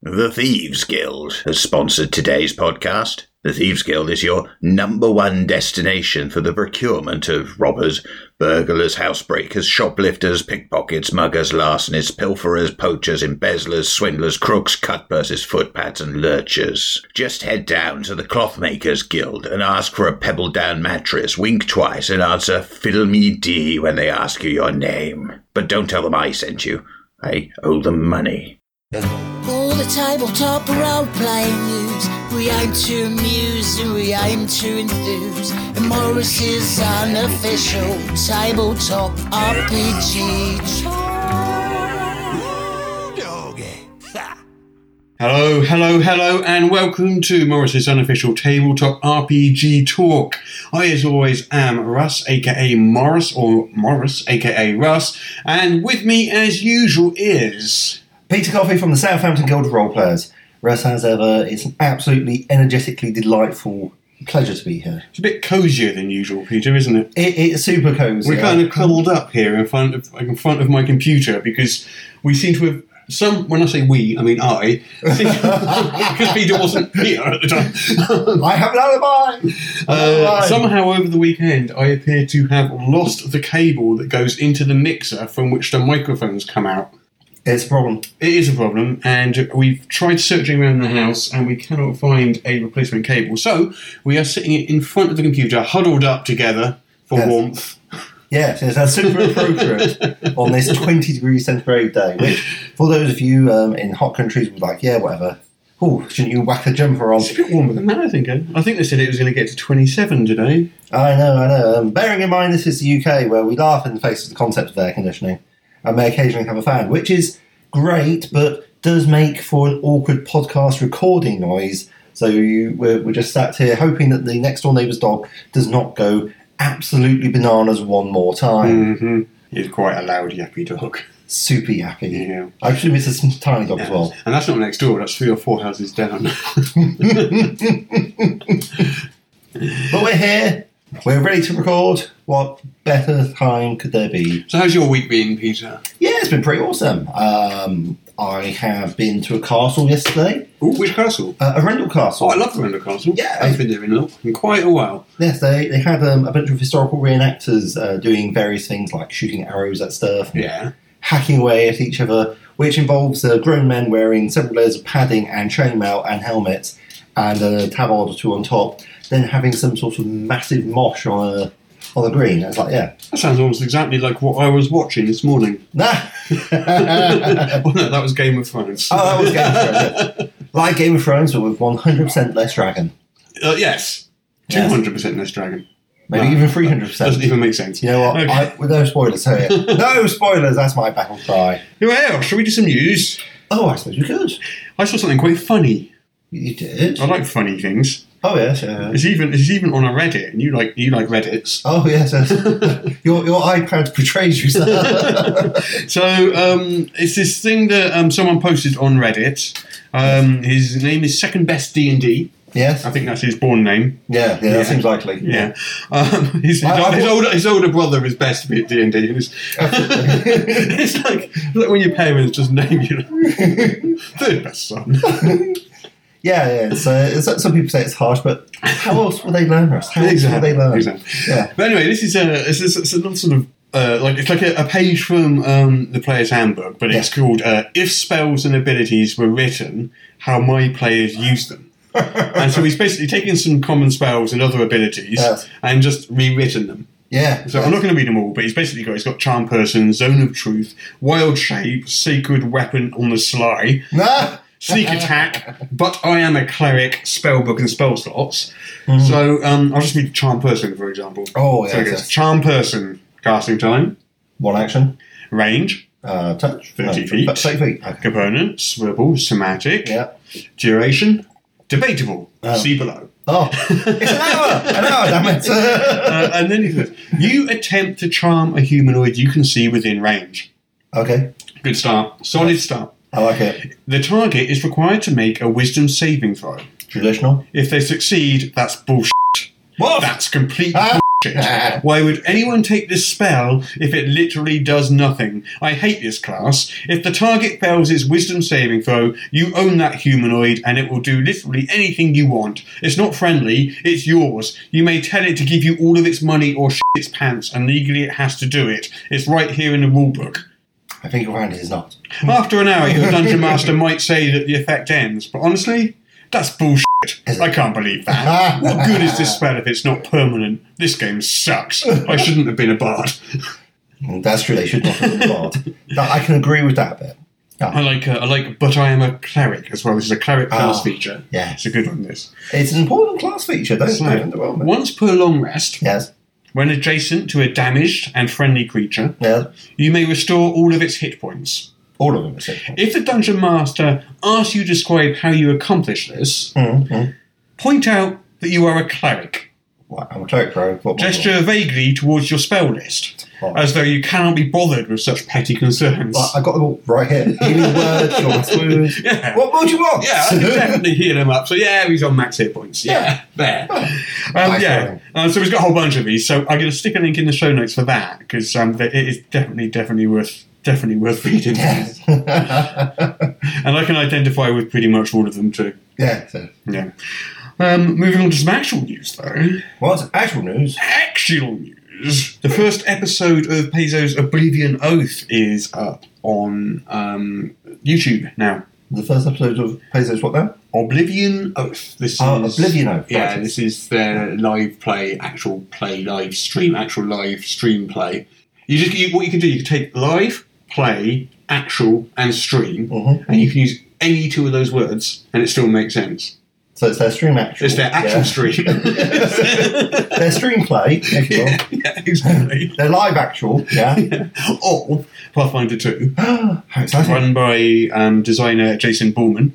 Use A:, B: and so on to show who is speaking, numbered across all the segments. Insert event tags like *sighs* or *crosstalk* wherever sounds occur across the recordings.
A: The Thieves Guild has sponsored today's podcast. The Thieves Guild is your number one destination for the procurement of robbers, burglars, housebreakers, shoplifters, pickpockets, muggers, larcenies, pilferers, poachers, embezzlers, swindlers, crooks, cutpurses, footpads, and lurchers. Just head down to the Clothmakers Guild and ask for a pebble down mattress, wink twice, and answer Fiddle Me D when they ask you your name. But don't tell them I sent you. I owe them money.
B: All the tabletop role playing news. We aim to amuse and we aim to enthuse. And Morris's unofficial tabletop RPG.
C: Hello, hello, hello, and welcome to Morris's unofficial tabletop RPG talk. I, as always, am Russ, aka Morris, or Morris, aka Russ, and with me, as usual, is.
D: Peter Coffey from the Southampton Guild of Role Players. Russ, as ever, it's an absolutely energetically delightful pleasure to be here.
C: It's a bit cozier than usual, Peter, isn't it?
D: It, it's super cozy.
C: We're kind of cuddled up here in front of in front of my computer because we seem to have some. When I say we, I mean I, *laughs* because Peter wasn't here at the time.
D: I have an alibi.
C: Uh,
D: Alibi.
C: somehow over the weekend, I appear to have lost the cable that goes into the mixer from which the microphones come out.
D: It's a problem.
C: It is a problem, and we've tried searching around the house and we cannot find a replacement cable. So we are sitting in front of the computer, huddled up together for
D: Yes.
C: warmth.
D: Yes, it's that's super
C: *laughs*
D: appropriate on this 20 degrees centigrade day, which for those of you um, in hot countries would be like, yeah, whatever. Oh, shouldn't you whack a jumper on?
C: It's a bit warmer than that, I think. eh? I think they said it was going to get to 27 today.
D: I know, I know. Um, bearing in mind this is the UK where we laugh in the face of the concept of air conditioning and may occasionally have a fan, which is great, but does make for an awkward podcast recording noise. So you, we're, we're just sat here hoping that the next door neighbour's dog does not go absolutely bananas one more time.
C: Mm-hmm. He's quite a loud, yappy dog.
D: Super yappy.
C: Yeah.
D: I presume it's a s- tiny dog as
C: *laughs*
D: well.
C: And that's not next door, that's three or four houses down. *laughs*
D: But we're here. We're ready to record. What better time could there be?
C: so, how's your week been, Peter?
D: Yeah, it's been pretty awesome. Um, I have been to a castle yesterday,
C: Ooh, which castle?
D: uh, Arundel Castle.
C: Oh, I love the Render Castle.
D: Yeah.
C: I've been there in, a- in quite a while.
D: Yes, they, they had um, a bunch of historical reenactors uh, doing various things like shooting arrows at stuff,
C: Yeah.
D: hacking away at each other, which involves uh, grown men wearing several layers of padding and chainmail and helmets and a tabard or two on top, then having some sort of massive mosh on a, on the green. It's like, yeah.
C: That sounds almost exactly like what I was watching this
D: *laughs*
C: morning. *laughs*
D: Nah!
C: well, no, that was Game of Thrones.
D: Oh, that was Game of Thrones. yeah. *laughs* Like Game of Thrones, but with 100% less dragon.
C: Uh, yes.
D: Yes.
C: 200% less dragon.
D: Maybe
C: Nah,
D: even 300%.
C: Doesn't even make sense.
D: you know what?
C: Okay.
D: I, with no spoilers, so yeah.
C: *laughs*
D: no spoilers, that's my battle cry.
C: Well, shall we do some news?
D: Oh, I suppose we could.
C: I saw something quite funny.
D: You did?
C: I like funny things.
D: Oh, yes, yeah.
C: It's even it's even on a Reddit, and you like you like Reddit's.
D: Oh, yes, yes.
C: *laughs*
D: your, your iPad portrays you, sir.
C: So um, it's this thing that um, someone posted on Reddit. Um, his name is Second Best D and D.
D: yes?
C: I think that's his born name.
D: Yeah, yeah,
C: Yeah.
D: that seems likely.
C: Yeah. Um, his, his,
D: I- I-
C: his older his older brother is best at D and D. *laughs* It's like like when your parents just name
D: *laughs*
C: you third best son.
D: Yeah, yeah. So, so- some people say it's harsh, but how else will they learn us? How else will they learn?
C: Exactly.
D: Yeah.
C: But anyway, this is a this is it's another sort of uh, like it's like a, a page from um, the player's handbook, but it's called uh, "If spells and abilities were written, how my players use
D: *laughs*
C: them." and so he's basically taken some common spells and other abilities
D: Yes.
C: and just rewritten them.
D: Yeah.
C: So oh, I'm not going to read them all, but he's basically got he's got charm person, zone of truth, wild shape, sacred weapon on the sly,
D: Nah! *laughs*
C: sneak attack, but I am a cleric, spell book, and spell slots. So um, I'll just read charm person for example.
D: Mm-hmm. Oh,
C: So it
D: yes,
C: goes,
D: yes.
C: charm person, casting time,
D: One action.
C: range,
D: Uh, touch.
C: 30
D: No,
C: feet.
D: 30 feet. Okay.
C: component, swivel, somatic,
D: Yeah.
C: duration, debatable.
D: Oh.
C: See below.
D: Oh, it's an hour! an hour, damn it! *laughs*
C: Uh, and then he says, you attempt to charm a humanoid you can see within range.
D: okay,
C: Good start. Solid start.
D: I like it.
C: The target is required to make a wisdom saving throw.
D: Traditional.
C: If they succeed, that's bullshit.
D: What?
C: That's complete
D: Ah.
C: it. Why would anyone take this spell if it literally does nothing? I hate this class. If the target fails its wisdom saving throw, you own that humanoid and it will do literally anything you want. It's not friendly, it's yours. You may tell it to give you all of its money or shit its pants, and legally it has to do it. It's right here in the rulebook.
D: I think around it is not.
C: After an hour, your dungeon master might say that the effect ends, but honestly, that's bullshit. I can't believe that. what good is this spell if it's not permanent? This game sucks. I shouldn't have been a bard.
D: And that's true. They should not have been barred. That, I can agree with that bit.
C: *laughs* I like, uh, I like, but I am a cleric as well. This is a cleric class
D: Ah,
C: feature.
D: yeah.
C: it's a good one. This
D: It's an important class feature. Don't
C: So,
D: don't underwhelm it.
C: once per long rest,
D: Yes.
C: when adjacent to a damaged and friendly creature,
D: Yeah.
C: you may restore all of its hit points.
D: All of them are six points.
C: If the dungeon master asks you to describe how you accomplish this,
D: Mm, mm.
C: point out that you are a cleric.
D: Right, I'm a cleric, bro. What- what-
C: gesture vaguely towards your spell list,
D: Right.
C: as though you cannot be bothered with such petty concerns.
D: what? I got them all right
C: *laughs*
D: here. Healing word, your last wound.
C: Yeah.
D: What more do you want?
C: yeah, I can definitely heal him up. So yeah, he's on max hit points. Yeah, there. Um,
D: *laughs* Nice
C: yeah,
D: one.
C: uh, so he's got a whole bunch of these. So I'm going to stick a link in the show notes for that because um, th- it is definitely, definitely worth, definitely worth reading.
D: *laughs* Yes. *laughs*
C: And I can identify with pretty much all of them too.
D: yeah. So.
C: Yeah. Um, moving on to some actual news though.
D: What's actual news?
C: actual news, the first episode of Pezo's Oblivion Oath is up on um, YouTube now.
D: The first episode of Pesos, what now?
C: Oblivion Oath. This
D: Oh,
C: is
D: Oblivion Oath,
C: Yeah,
D: right.
C: this is their live play, actual play, live stream, actual live stream play. You just you, what you can do. You can take live, play, actual, and stream,
D: Mhm.
C: and you can use any two of those words, and it still makes sense.
D: So it's their stream actual.
C: It's their actual
D: yeah. *laughs*
C: stream. *laughs*
D: Their stream play, if you will.
C: yeah, exactly.
D: Their live actual,
C: *laughs*
D: yeah.
C: Or Pathfinder Two.
D: How exciting.
C: run by um, designer Jason Bullman.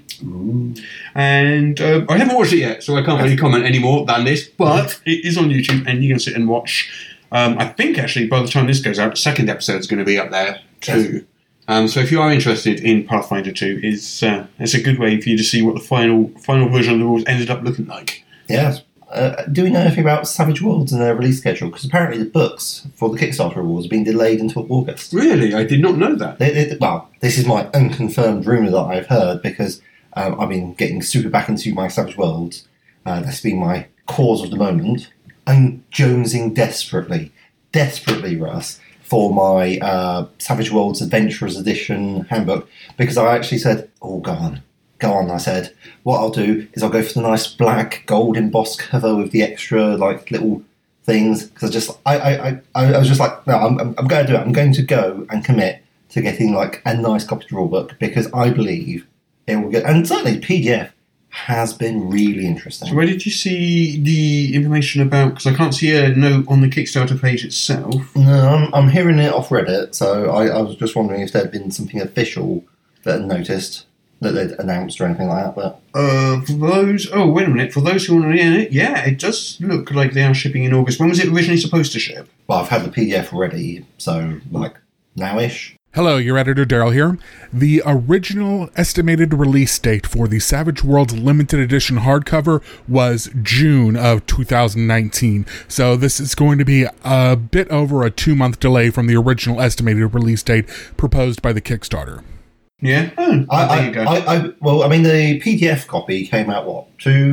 C: And uh, I haven't watched it yet, so I can't really comment any more than this, *laughs* but it is on YouTube and you can sit and watch. Um, I think actually by the time this goes out, the second episode is going to be up there too. Um, so if you are interested in Pathfinder 2, it's, uh, it's a good way for you to see what the final final version of the rules ended up looking like.
D: Yes. Uh, do we know anything about Savage Worlds and their release schedule? Because apparently the books for the Kickstarter awards have been delayed until August.
C: Really? I did not know that.
D: They, they- well, this is my unconfirmed rumor that I've heard because um, I've been getting super back into my Savage Worlds. Uh, that's been my cause of the moment. I'm jonesing desperately, desperately, Russ, for my uh, Savage Worlds Adventurers Edition handbook because I actually said, "Oh, go on, go on." I said, "What I'll do is I'll go for the nice black gold embossed cover with the extra like little." Things because I just I, I, I, I was just like no I'm, I'm, I'm going to do it I'm going to go and commit to getting like a nice copy draw book because I believe it will get and certainly PDF has been really interesting.
C: Where did you see the information about? Because I can't see a note on the Kickstarter page itself.
D: No, I'm, I'm hearing it off Reddit, so I, I was just wondering if there had been something official that had noticed that they'd announced or anything like that. But
C: Uh, for those, oh wait a minute. For those who want to in it, yeah, it does look like they are shipping in August. When was it originally supposed to ship?
D: well, I've had the PDF already, so like nowish.
E: Hello, your editor Daryl here. The original estimated release date for the Savage Worlds limited edition hardcover was June of 2019. So this is going to be a bit over a 2-month delay from the original estimated release date proposed by the Kickstarter.
C: Yeah. Oh,
D: I,
C: there
D: I,
C: you go.
D: I, I, well, I mean, the PDF copy came out what two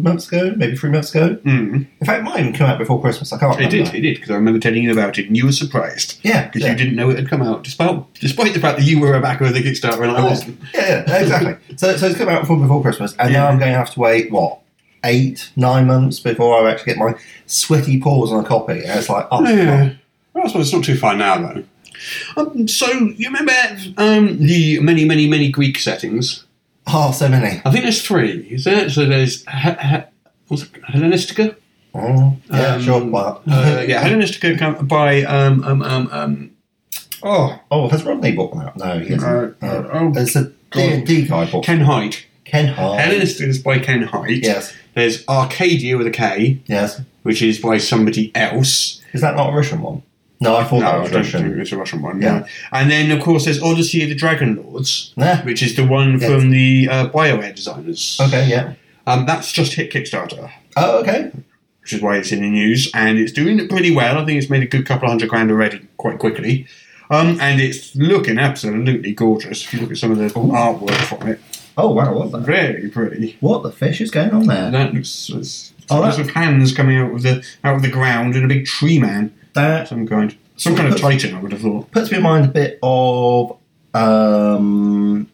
D: months ago, maybe three months ago.
C: Mm.
D: In fact, it might even come out before Christmas. I can't.
C: It
D: remember.
C: did. It did because I remember telling you about it, and you were surprised.
D: Yeah,
C: Because
D: yeah.
C: you didn't know it had come out, despite despite the fact that you were a backer of the Kickstarter and I wasn't.
D: yeah, yeah,
C: *laughs*
D: exactly. so, so it's come out from before Christmas, and now
C: Yeah.
D: I'm going to have to wait what eight, nine months before I actually get my sweaty paws on a copy. And it's like, oh,
C: Yeah. Well, I suppose it's not too far now though. Um, so you remember um, the many, many, many Greek settings?
D: oh, so many.
C: I think there's three. Is there? So there's he- he- what's it, Hellenistica.
D: Mm, yeah,
C: Um,
D: sure. Well,
C: Uh,
D: *laughs*
C: yeah, Hellenistica come by um um um um. Oh,
D: oh, has Rodney bought one out? No, he hasn't.
C: Uh,
D: Uh,
C: oh,
D: it's a D and D guy bought
C: Ken Hyde.
D: Ken Hart.
C: Hellenistica is by Ken Hyde.
D: Yes,
C: There's Arcadia with a K,
D: yes.
C: which is by somebody else.
D: Is that not a Russian one? No, I thought that
C: I
D: was
C: don't think
D: Russian.
C: it's a Russian one.
D: Yeah.
C: no. And then of course there's Odyssey of the Dragon Lords,
D: Nah.
C: which is the one
D: Yes.
C: from the uh, Bioware designers.
D: Okay, yeah.
C: Um, that's just hit Kickstarter.
D: Oh, okay.
C: which is why it's in the news, and it's doing pretty well. I think it's made a good couple of hundred grand already quite quickly. Um, and it's looking absolutely gorgeous. If you look at some of the artwork from it,
D: Oh wow, what the,
C: very pretty.
D: what the fish is going on there?
C: That looks it's,
D: Oh,
C: lots
D: that-
C: of hands coming out of the out of the ground and a big tree man,
D: That
C: some kind, some kind of titan. I would have thought.
D: puts me in mind a bit of um,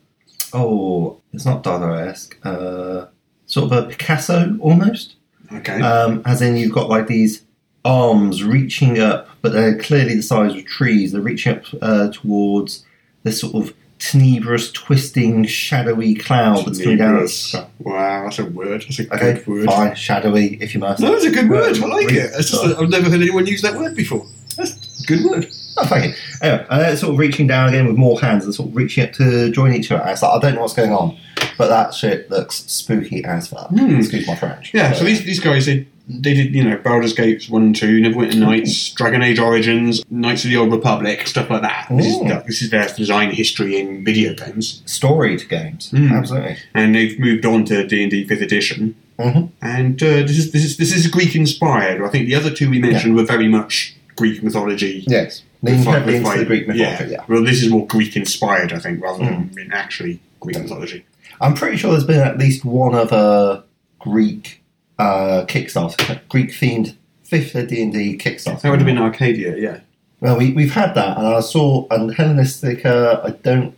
D: oh, it's not Dada-esque, uh, sort of a Picasso almost.
C: Okay,
D: Um, as in, you've got like these arms reaching up, but they're clearly the size of trees. They're reaching up uh, towards this sort of tenebrous, twisting, shadowy cloud that's coming down. at
C: Tenebrous.
D: us.
C: Wow, that's a word. That's a
D: Okay,
C: good word.
D: fine, Uh, shadowy, if you must.
C: No, that's a good word. I like it. It's just
D: Sorry.
C: that I've never heard anyone use that word before. That's a good word.
D: Oh, thank you. Anyway, and then it's sort of reaching down again with more hands and sort of reaching up to join each other. And It's like, I don't know what's going on, but that shit looks spooky as fuck.
C: Hmm.
D: Excuse my French.
C: Yeah, so these, these guys, they they did, you know, Baldur's Gates 1 and 2, Neverwinter
D: Hmm.
C: Nights, Dragon Age Origins, Knights of the Old Republic, stuff like that. This is,
D: Ooh.
C: this is their design history in video games.
D: storied games,
C: Hmm.
D: absolutely.
C: And they've moved on to D&D 5th edition.
D: Mhm.
C: And uh, this is this is this is Greek inspired. I think the other two we mentioned were very much Greek mythology.
D: Yes, leaning
C: With fi-
D: heavily
C: with
D: into
C: fi-
D: the Greek mythology. Yeah. Hmm.
C: Well, this is more Greek inspired, I think, rather than actually Greek mythology.
D: I'm pretty sure there's been at least one other Greek uh, Kickstarter, Greek themed fifth D and D Kickstarter.
C: That would have been Arcadia, yeah.
D: Well, we, we've had that, and I saw and Hellenistic. Uh, I don't.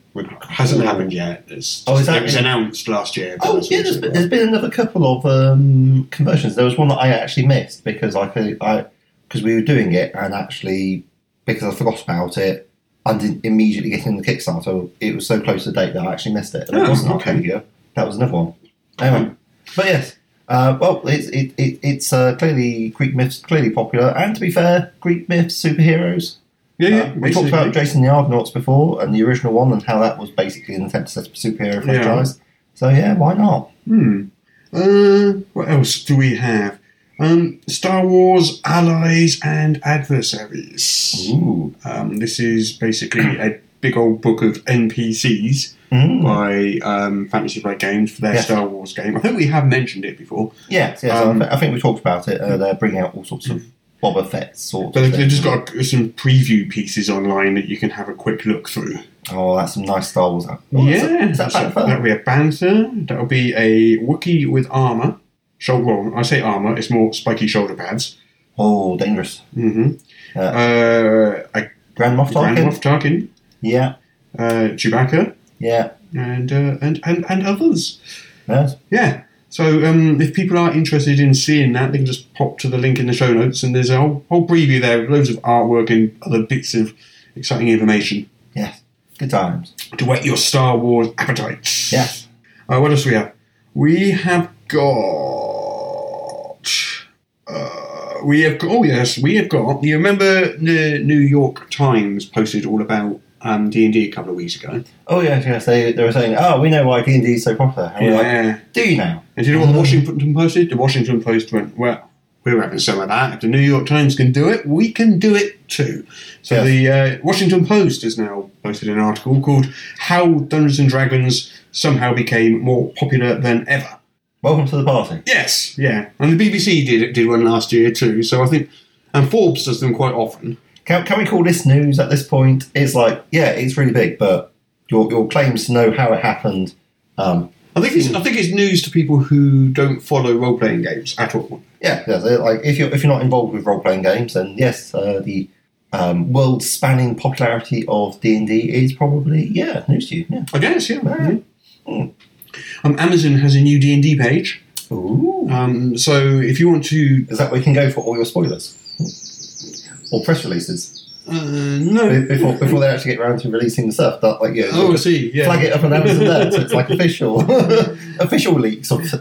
C: hasn't happened yet. It's
D: Oh, is that-
C: it was announced last year. but
D: Oh,
C: that's
D: yeah,
C: also-
D: there's been, there's been another couple of um, conversions. There was one that I actually missed because I could, I because we were doing it and actually because I forgot about it, I didn't immediately get in the Kickstarter. It was so close to the date that I actually missed it. And it
C: Oh,
D: wasn't
C: okay. Hmm.
D: Arcadia. That was another one. Anyway, but yes, uh, well, it's it, it, it's uh, clearly Greek myths clearly popular, and to be fair, Greek myths superheroes.
C: yeah, yeah.
D: Uh, we talked
C: basically.
D: about Jason the Argonauts before and the original one and how that was basically an attempt to set up a superhero
C: Yeah.
D: franchise. So yeah, why not?
C: Hmm. Uh, what else do we have? Um, Star Wars allies and adversaries.
D: Ooh.
C: Um, this is basically a big old book of NPCs
D: Mm.
C: by um, Fantasy Flight Games for their
D: Yes.
C: Star Wars game. I think we have mentioned it before,
D: Yes, yes.
C: Um,
D: I, th- I think we talked about it. Uh, they're bringing out all sorts of Boba Fett sorts.
C: but
D: of
C: they've, they've
D: things.
C: just got some preview pieces online that you can have a quick look through.
D: Oh, that's some nice Star Wars. Oh, is
C: yeah,
D: that- is that
C: so
D: Back Fur?
C: that'll be a Bantha. That'll be a Wookiee with armor. Shoulder. Well, I say armor. It's more spiky shoulder pads.
D: Oh, dangerous.
C: hmm
D: Yeah.
C: Uh, a
D: Grand Moff
C: Grand
D: Tarkin.
C: Moff Tarkin,
D: Yeah,
C: uh, Chewbacca,
D: yeah.
C: and, uh, and and and others.
D: Yes.
C: Yeah. So um, if people are interested in seeing that, they can just pop to the link in the show notes, and there's a whole, whole preview there, with loads of artwork and other bits of exciting information
D: Yes. Good times.
C: to whet your Star Wars appetites.
D: Yes.
C: Uh, what else we have? We have got. Uh, we have got. Oh yes, we have got. You remember the New York Times posted all about um, D and D a couple of weeks ago.
D: Oh yeah, yes, they, they were saying, oh, we know why D and D is so popular. And we're like,
C: Yeah.
D: Do you now?
C: And do you know what the Washington Post did? The Washington Post went, well, we're having some of that. If the New York Times can do it, we can do it too. So
D: Yes.
C: the uh, Washington Post has now posted an article called "How Dungeons and Dragons Somehow Became More Popular Than Ever."
D: Welcome to the party.
C: Yes, yeah, and the BBC did did one last year too. So I think, and Forbes does them quite often.
D: Can, can we call this news at this point? It's like, yeah, it's really big, but your your claims to know how it happened. Um,
C: I think it's, I think it's news to people who don't follow role playing games at all.
D: Yeah, yeah. so, Like if you're if you're not involved with role playing games, then yes, uh, the um, world spanning popularity of D and D is probably yeah news to you. Yeah.
C: I guess, yeah.
D: Mm.
C: Mhm. Um, Amazon has a new D and D page.
D: Ooh.
C: Um, so if you want to,
D: Is that where you can go for all your spoilers or press releases
C: uh, no.
D: Be- before before they actually get around to releasing the stuff? That like yeah.
C: Oh, I
D: you
C: see. Yeah.
D: Flag it up on Amazon there, so it's like official, *laughs* official leaks of c-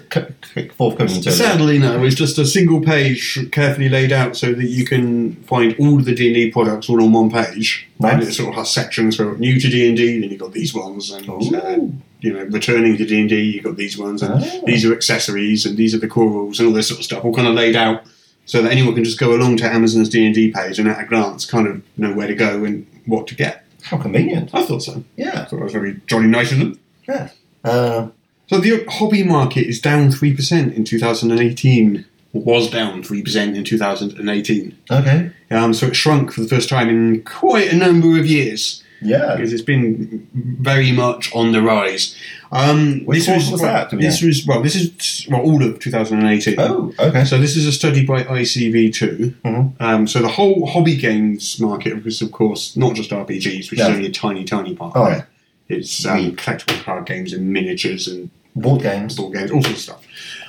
D: c- forthcoming. to it.
C: Sadly, no. It's just a single page, carefully laid out, so that you can find all of the D and D products all on one page. And
D: Nice.
C: it sort of has sections for new to D and D. Then you've got these ones, and uh,
D: Ooh.
C: you know, returning to D and D. You've got these ones, and
D: Ah.
C: these are accessories, and these are the core rules, and all this sort of stuff, all kind of laid out, so that anyone can just go along to Amazon's D and D page and at a glance, kind of know where to go and what to get.
D: How convenient.
C: I thought so. I
D: Yeah.
C: thought it was very jolly nice of them.
D: Yeah. Um,
C: So the hobby market is down three percent in 2018. was down 3% in 2018.
D: Okay.
C: Um, so it shrunk for the first time in quite a number of years
D: Yeah.
C: because it's been very much on the rise. Um,
D: Which
C: this
D: quarter was
C: well,
D: that, do we
C: This was well. This is well all of 2018.
D: Oh, okay.
C: So this is a study by ICV2.
D: Mhm.
C: Um, so the whole hobby games market was, of course, not just RPGs, which
D: Yeah.
C: is only a tiny, tiny part.
D: Oh,
C: of it.
D: yeah.
C: It's um, collectible card games and miniatures and
D: Board games.
C: board games, all sorts of stuff.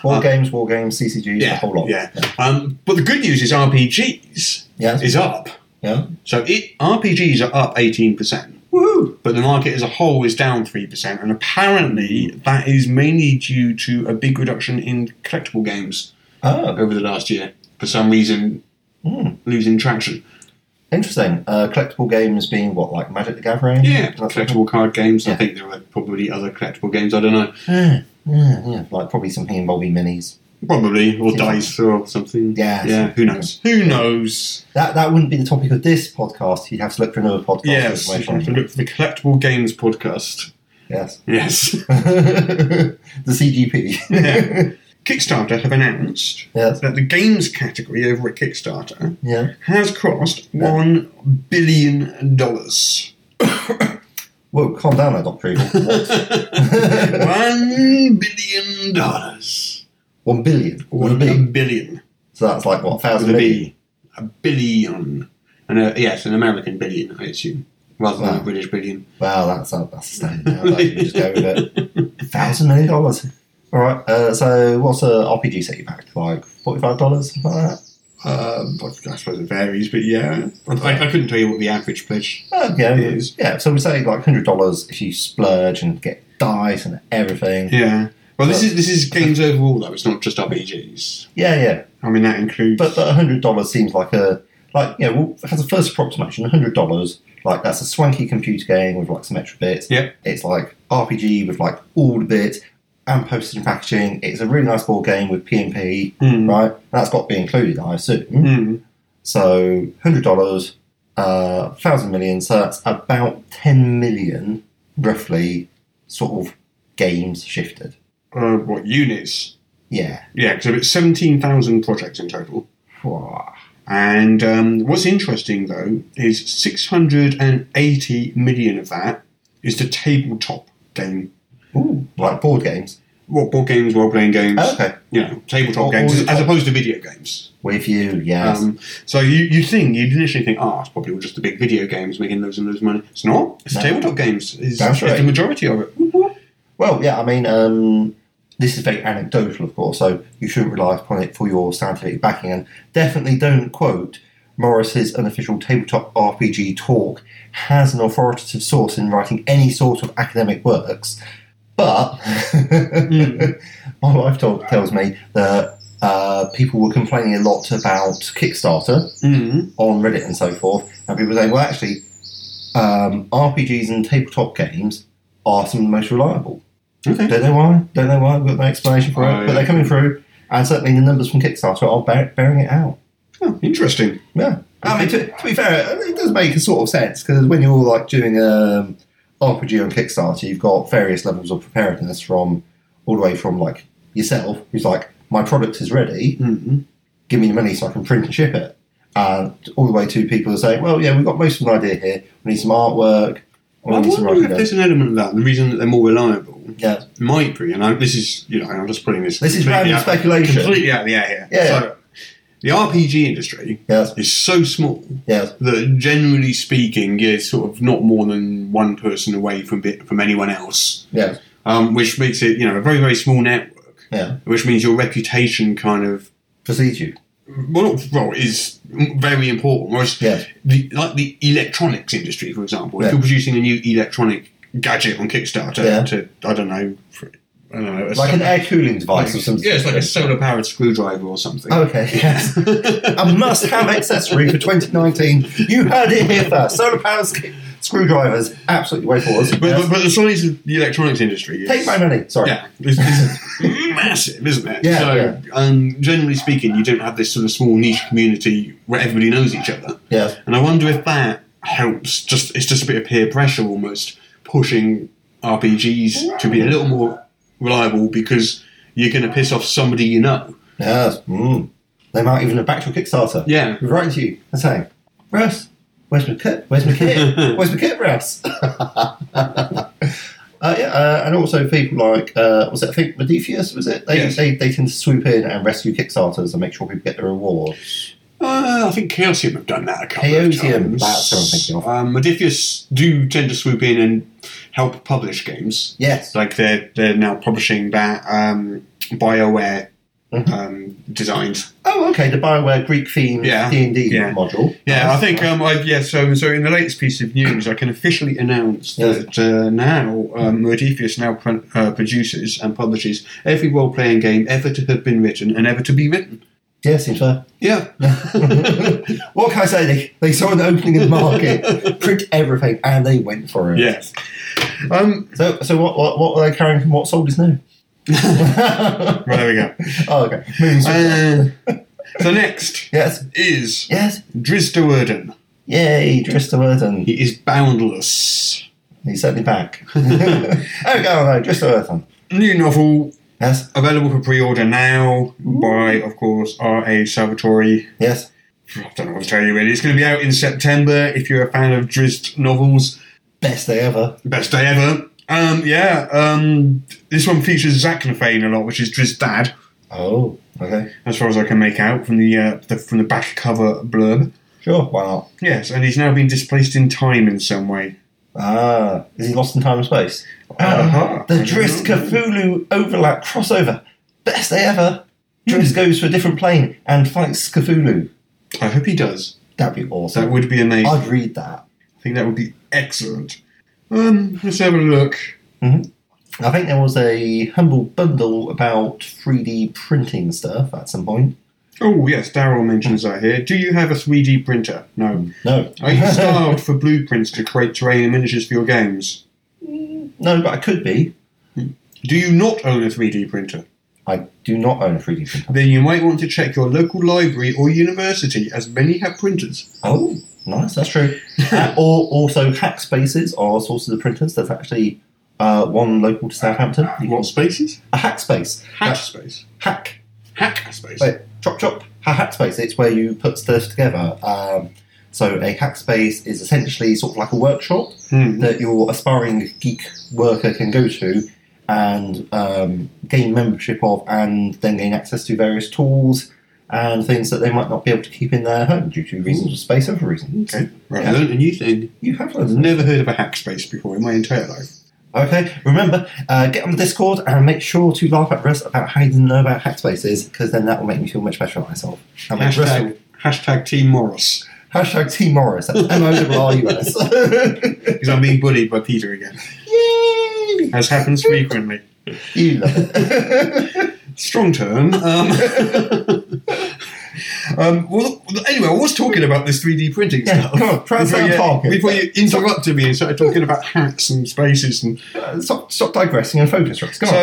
D: Board
C: Uh,
D: games, war games, CCGs, the
C: Yeah,
D: whole lot.
C: yeah. Um, but the good news is RPGs
D: Yeah.
C: is up.
D: Yeah.
C: So it, RPGs are up 18%. Woohoo! But the market as a whole is down 3%, and apparently that is mainly due to a big reduction in collectible games
D: Oh,
C: over the last year. For some reason,
D: Hmm.
C: losing traction.
D: interesting. Uh, collectible games being what, like Magic the Gathering?
C: Yeah,
D: That sort of-
C: collectible card games.
D: Yeah.
C: I think there are probably other collectible games. I don't know.
D: Yeah, yeah, yeah. Like probably something involving minis.
C: Probably or
D: Yeah.
C: dice or something.
D: Yeah,
C: yeah.
D: something.
C: Who knows? Who knows?
D: That that wouldn't be the topic of this podcast. You'd have to look for another podcast.
C: Yes, if
D: for
C: I have to
D: information.
C: look for the collectible games podcast.
D: Yes. *laughs*
C: Yes, *laughs*
D: the CGP.
C: Yeah. Kickstarter have announced
D: *laughs* yes.
C: that the games category over at Kickstarter
D: Yeah.
C: has crossed
D: Yeah.
C: one billion *laughs* dollars.
D: Well, calm down, now, Doctor Evil.
C: *laughs*
D: What?
C: one billion dollars.
D: One billion.
C: One
D: One B.
C: billion.
D: So that's like what a
C: With
D: thousand
C: a
D: million.
C: B. A billion. And a, yes, an American billion, I assume, rather than
D: Wow.
C: a British billion.
D: Wow, that's uh, that's astounding. Now, that you just go with it.
C: *laughs*
D: A thousand million dollars. All right. Uh, so what's a RPG set you packed? Like forty-five dollars, something like that.
C: Um, but I suppose it varies, but yeah. I, I couldn't tell you what the average pledge
D: Uh, yeah,
C: It is.
D: yeah. So we say like hundred dollars if you splurge and get dice and everything.
C: Yeah. Well, this is this is games overall though. It's not just RPGs.
D: yeah. yeah.
C: I mean, that includes.
D: But but hundred dollars seems like a like you know well, has a first approximation. Hundred dollars like that's a swanky computer game with like some extra bits.
C: Yep.
D: It's like RPG with like all the bits and postage and packaging. It's a really nice board game with PMP,
C: Mm.
D: right? And that's got to be included, I assume.
C: Mm.
D: So hundred dollars, uh, thousand million. So that's about ten million, roughly, sort of games shifted.
C: Uh, what units?
D: Yeah.
C: Yeah, because it's seventeen thousand projects in total.
D: Whoa.
C: And um, what's interesting though is six hundred and eighty million of that is the tabletop game.
D: Ooh, like board games.
C: What board games, role playing games,
D: Oh, Okay.
C: you know, tabletop
D: All-
C: games,
D: all
C: as
D: the-
C: opposed to video games.
D: With you, yes.
C: Um, so you you think you'd initially think, oh, it's probably all just the big video games making loads and loads of money. It's not. It's
D: No.
C: tabletop games. Is
D: That's
C: is
D: right.
C: the majority of it.
D: Well, yeah, I mean, um, this is very anecdotal, of course, so you shouldn't rely upon it for your scientific backing, and definitely don't quote Morris's unofficial tabletop RPG talk has an authoritative source in writing any sort of academic works. But *laughs* my wife told, tells me that uh, people were complaining a lot about Kickstarter
C: Mm.
D: on Reddit and so forth, and people were saying, well, actually, um, RPGs and tabletop games are some of the most reliable.
C: Okay.
D: Don't know why. Don't know why. I've got no explanation for it.
C: Oh,
D: But they're
C: yeah.
D: coming through, and certainly the numbers from Kickstarter are bear- bearing it out.
C: Oh, interesting.
D: Yeah. I mean, to, to be fair, it does make a sort of sense because when you're like doing um, RPG on Kickstarter, you've got various levels of preparedness from all the way from like yourself, who's like, my product is ready,
C: Mm.
D: give me the money so I can print and ship it, and all the way to people who say, well, yeah, we've got most of an idea here. We need some artwork. We
C: I
D: need some
C: wonder
D: writing.
C: if
D: done."
C: there's an element of that. The reason that they're more reliable
D: Yeah.
C: might be, and I, this is you know, I'm just putting this.
D: This is
C: completely
D: random
C: out-
D: speculation.
C: Completely out of the air here.
D: Yeah.
C: So, the RPG industry
D: Yes.
C: is so small
D: Yes.
C: that, generally speaking, you're sort of not more than one person away from bit, from anyone else,
D: Yes.
C: um, which makes it you know a very very small network.
D: Yeah.
C: which means your reputation kind of
D: Proceed you.
C: well, not, well is very important. Whereas
D: Yes.
C: the like the electronics industry, for example,
D: Yeah.
C: if you're producing a new electronic gadget on Kickstarter
D: Yeah.
C: to I don't know, for, I don't know, a
D: Like an
C: solar-
D: air cooling device or something.
C: yeah, it's like a solar powered screwdriver or something.
D: Okay, yes. a must have accessory for 2019. You heard it here first. Solar powered sc- screwdrivers. Absolutely way forward.
C: But, but, but the size of the electronics industry is,
D: Take my money.
C: *laughs*
D: Sorry.
C: yeah, is, is
D: *laughs*
C: massive, isn't it?
D: Yeah,
C: so,
D: yeah.
C: Um, generally speaking, you don't have this sort of small niche community where everybody knows each other.
D: Yes.
C: And I wonder if that helps. Just it's just a bit of peer pressure almost pushing RPGs to be a little more reliable because you're going to piss off somebody you know.
D: Yes. Mm. They might even have backed your Kickstarter.
C: Yeah.
D: We're writing to you and saying, Russ, where's my kit? Where's my
C: *laughs*
D: kit? where's my kit, Russ? *laughs* Uh, yeah, uh, and also people like uh, was it I think Modifius was it? They,
C: Yes.
D: they they tend to swoop in and rescue Kickstarters and make sure people get their rewards.
C: Uh, I think Chaosium have done that a couple of
D: Chaosium,
C: times.
D: that's what I'm thinking of.
C: Um, Modifius do tend to swoop in and help publish games.
D: Yes,
C: Like they're they're now publishing that um, Bioware
D: Mhm.
C: um, designs.
D: Oh, okay. The Bioware Greek themed
C: Yeah.
D: D and D
C: Yeah.
D: module.
C: Yeah,
D: Nice.
C: I think um, I, yeah. So so in the latest piece of news, I can officially announce
D: Yes.
C: that uh, now um, Modifius now pro- uh, produces and publishes every role playing game ever to have been written and ever to be written.
D: yeah, seems fair.
C: Yeah,
D: what can I say? They, they saw an opening in the
C: *laughs*
D: market, print everything, and they went for it.
C: yes. *laughs* Um,
D: So, so what, what what were they carrying from what sold is
C: *laughs*
D: new? oh,
C: well, there we
D: *laughs*
C: go.
D: okay. Moving swiftly.
C: Uh, so next
D: yes,
C: is
D: yes.
C: Drizda Worden.
D: Yay, Drista Burton.
C: He is boundless.
D: He's certainly back. *laughs* oh, no, no, Drista Burton.
C: New novel
D: Yes,
C: available for pre-order now by, of course, R. A. Salvatore.
D: yes.
C: I don't know what to tell you. Really, it's going to be out in September. If you're a fan of Drizzt novels,
D: Best day ever.
C: best day ever. Um, yeah, um, this one features Zach Nafane a lot, which is Drizzt's dad,
D: Oh, okay.
C: as far as I can make out from the, uh, the from the back cover blurb.
D: Sure, why not?
C: Yes, and he's now been displaced in time in some way.
D: Ah, is he lost in time and space? Um,
C: Uh-huh.
D: The Driss Cthulhu overlap crossover. Best day ever.
C: Hmm.
D: Driss goes to a different plane and fights Cthulhu.
C: I hope he does.
D: That'd be
C: That
D: awesome.
C: would be amazing.
D: I'd read that.
C: I think that would be excellent. Um, let's have a look.
D: I think there was a humble bundle about 3D printing stuff at some point.
C: Oh yes, Daryl mentions that here. Do you have a 3D printer? No.
D: No.
C: Are
D: *laughs*
C: you starved for blueprints to create terrain and miniatures for your games?
D: no, but I could be.
C: Do you not own a 3D printer?
D: I do not own a 3D printer.
C: Then you might want to check your local library or university, as many have printers.
D: Oh, nice. That's true. *laughs* uh, or also Hackspaces are sources of printers. There's actually uh, one local to Southampton. You can-
C: What spaces?
D: A Hackspace.
C: Hack
D: Uh,
C: space.
D: hack.
C: Hack space.
D: Wait, chop chop. A Hackspace. It's where you put stuff together. Um, so a Hackspace is essentially sort of like a workshop
C: Hmm.
D: that your aspiring geek worker can go to and um, gain membership of, and then gain access to various tools and things that they might not be able to keep in their home due to reasons of space and other reasons.
C: Okay. Right.
D: Yeah.
C: I learned a new thing.
D: You have
C: I've
D: learned
C: never heard of a hack space before in my entire life.
D: Okay, remember, uh, get on the Discord and make sure to laugh at Russ about how you didn't know about Hackspaces, because then that will make me feel much better about myself. That makes Russ
C: Hashtag, hashtag Team Morris.
D: feel- hashtag T Morris, that's M O W R U S. *laughs*
C: Because I'm being bullied by Peter again,
D: Yay!
C: as happens frequently.
D: You love
C: *laughs*
D: it.
C: strong term. Um, *laughs* um, well, anyway, I was talking about this 3D printing
D: Yeah,
C: stuff.
D: come on, try and
C: before
D: sound
C: you,
D: talking.
C: before you interrupted me and started talking about hacks and spaces. And
D: stop, stop digressing and focus, Russ. Come on.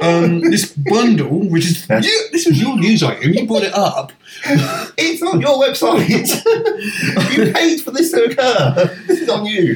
C: so um, this bundle, which is
D: Yeah.
C: you, this was your news item, you brought it up.
D: It's on your website. *laughs* you paid for this to occur. This is on
C: *sighs*
D: you.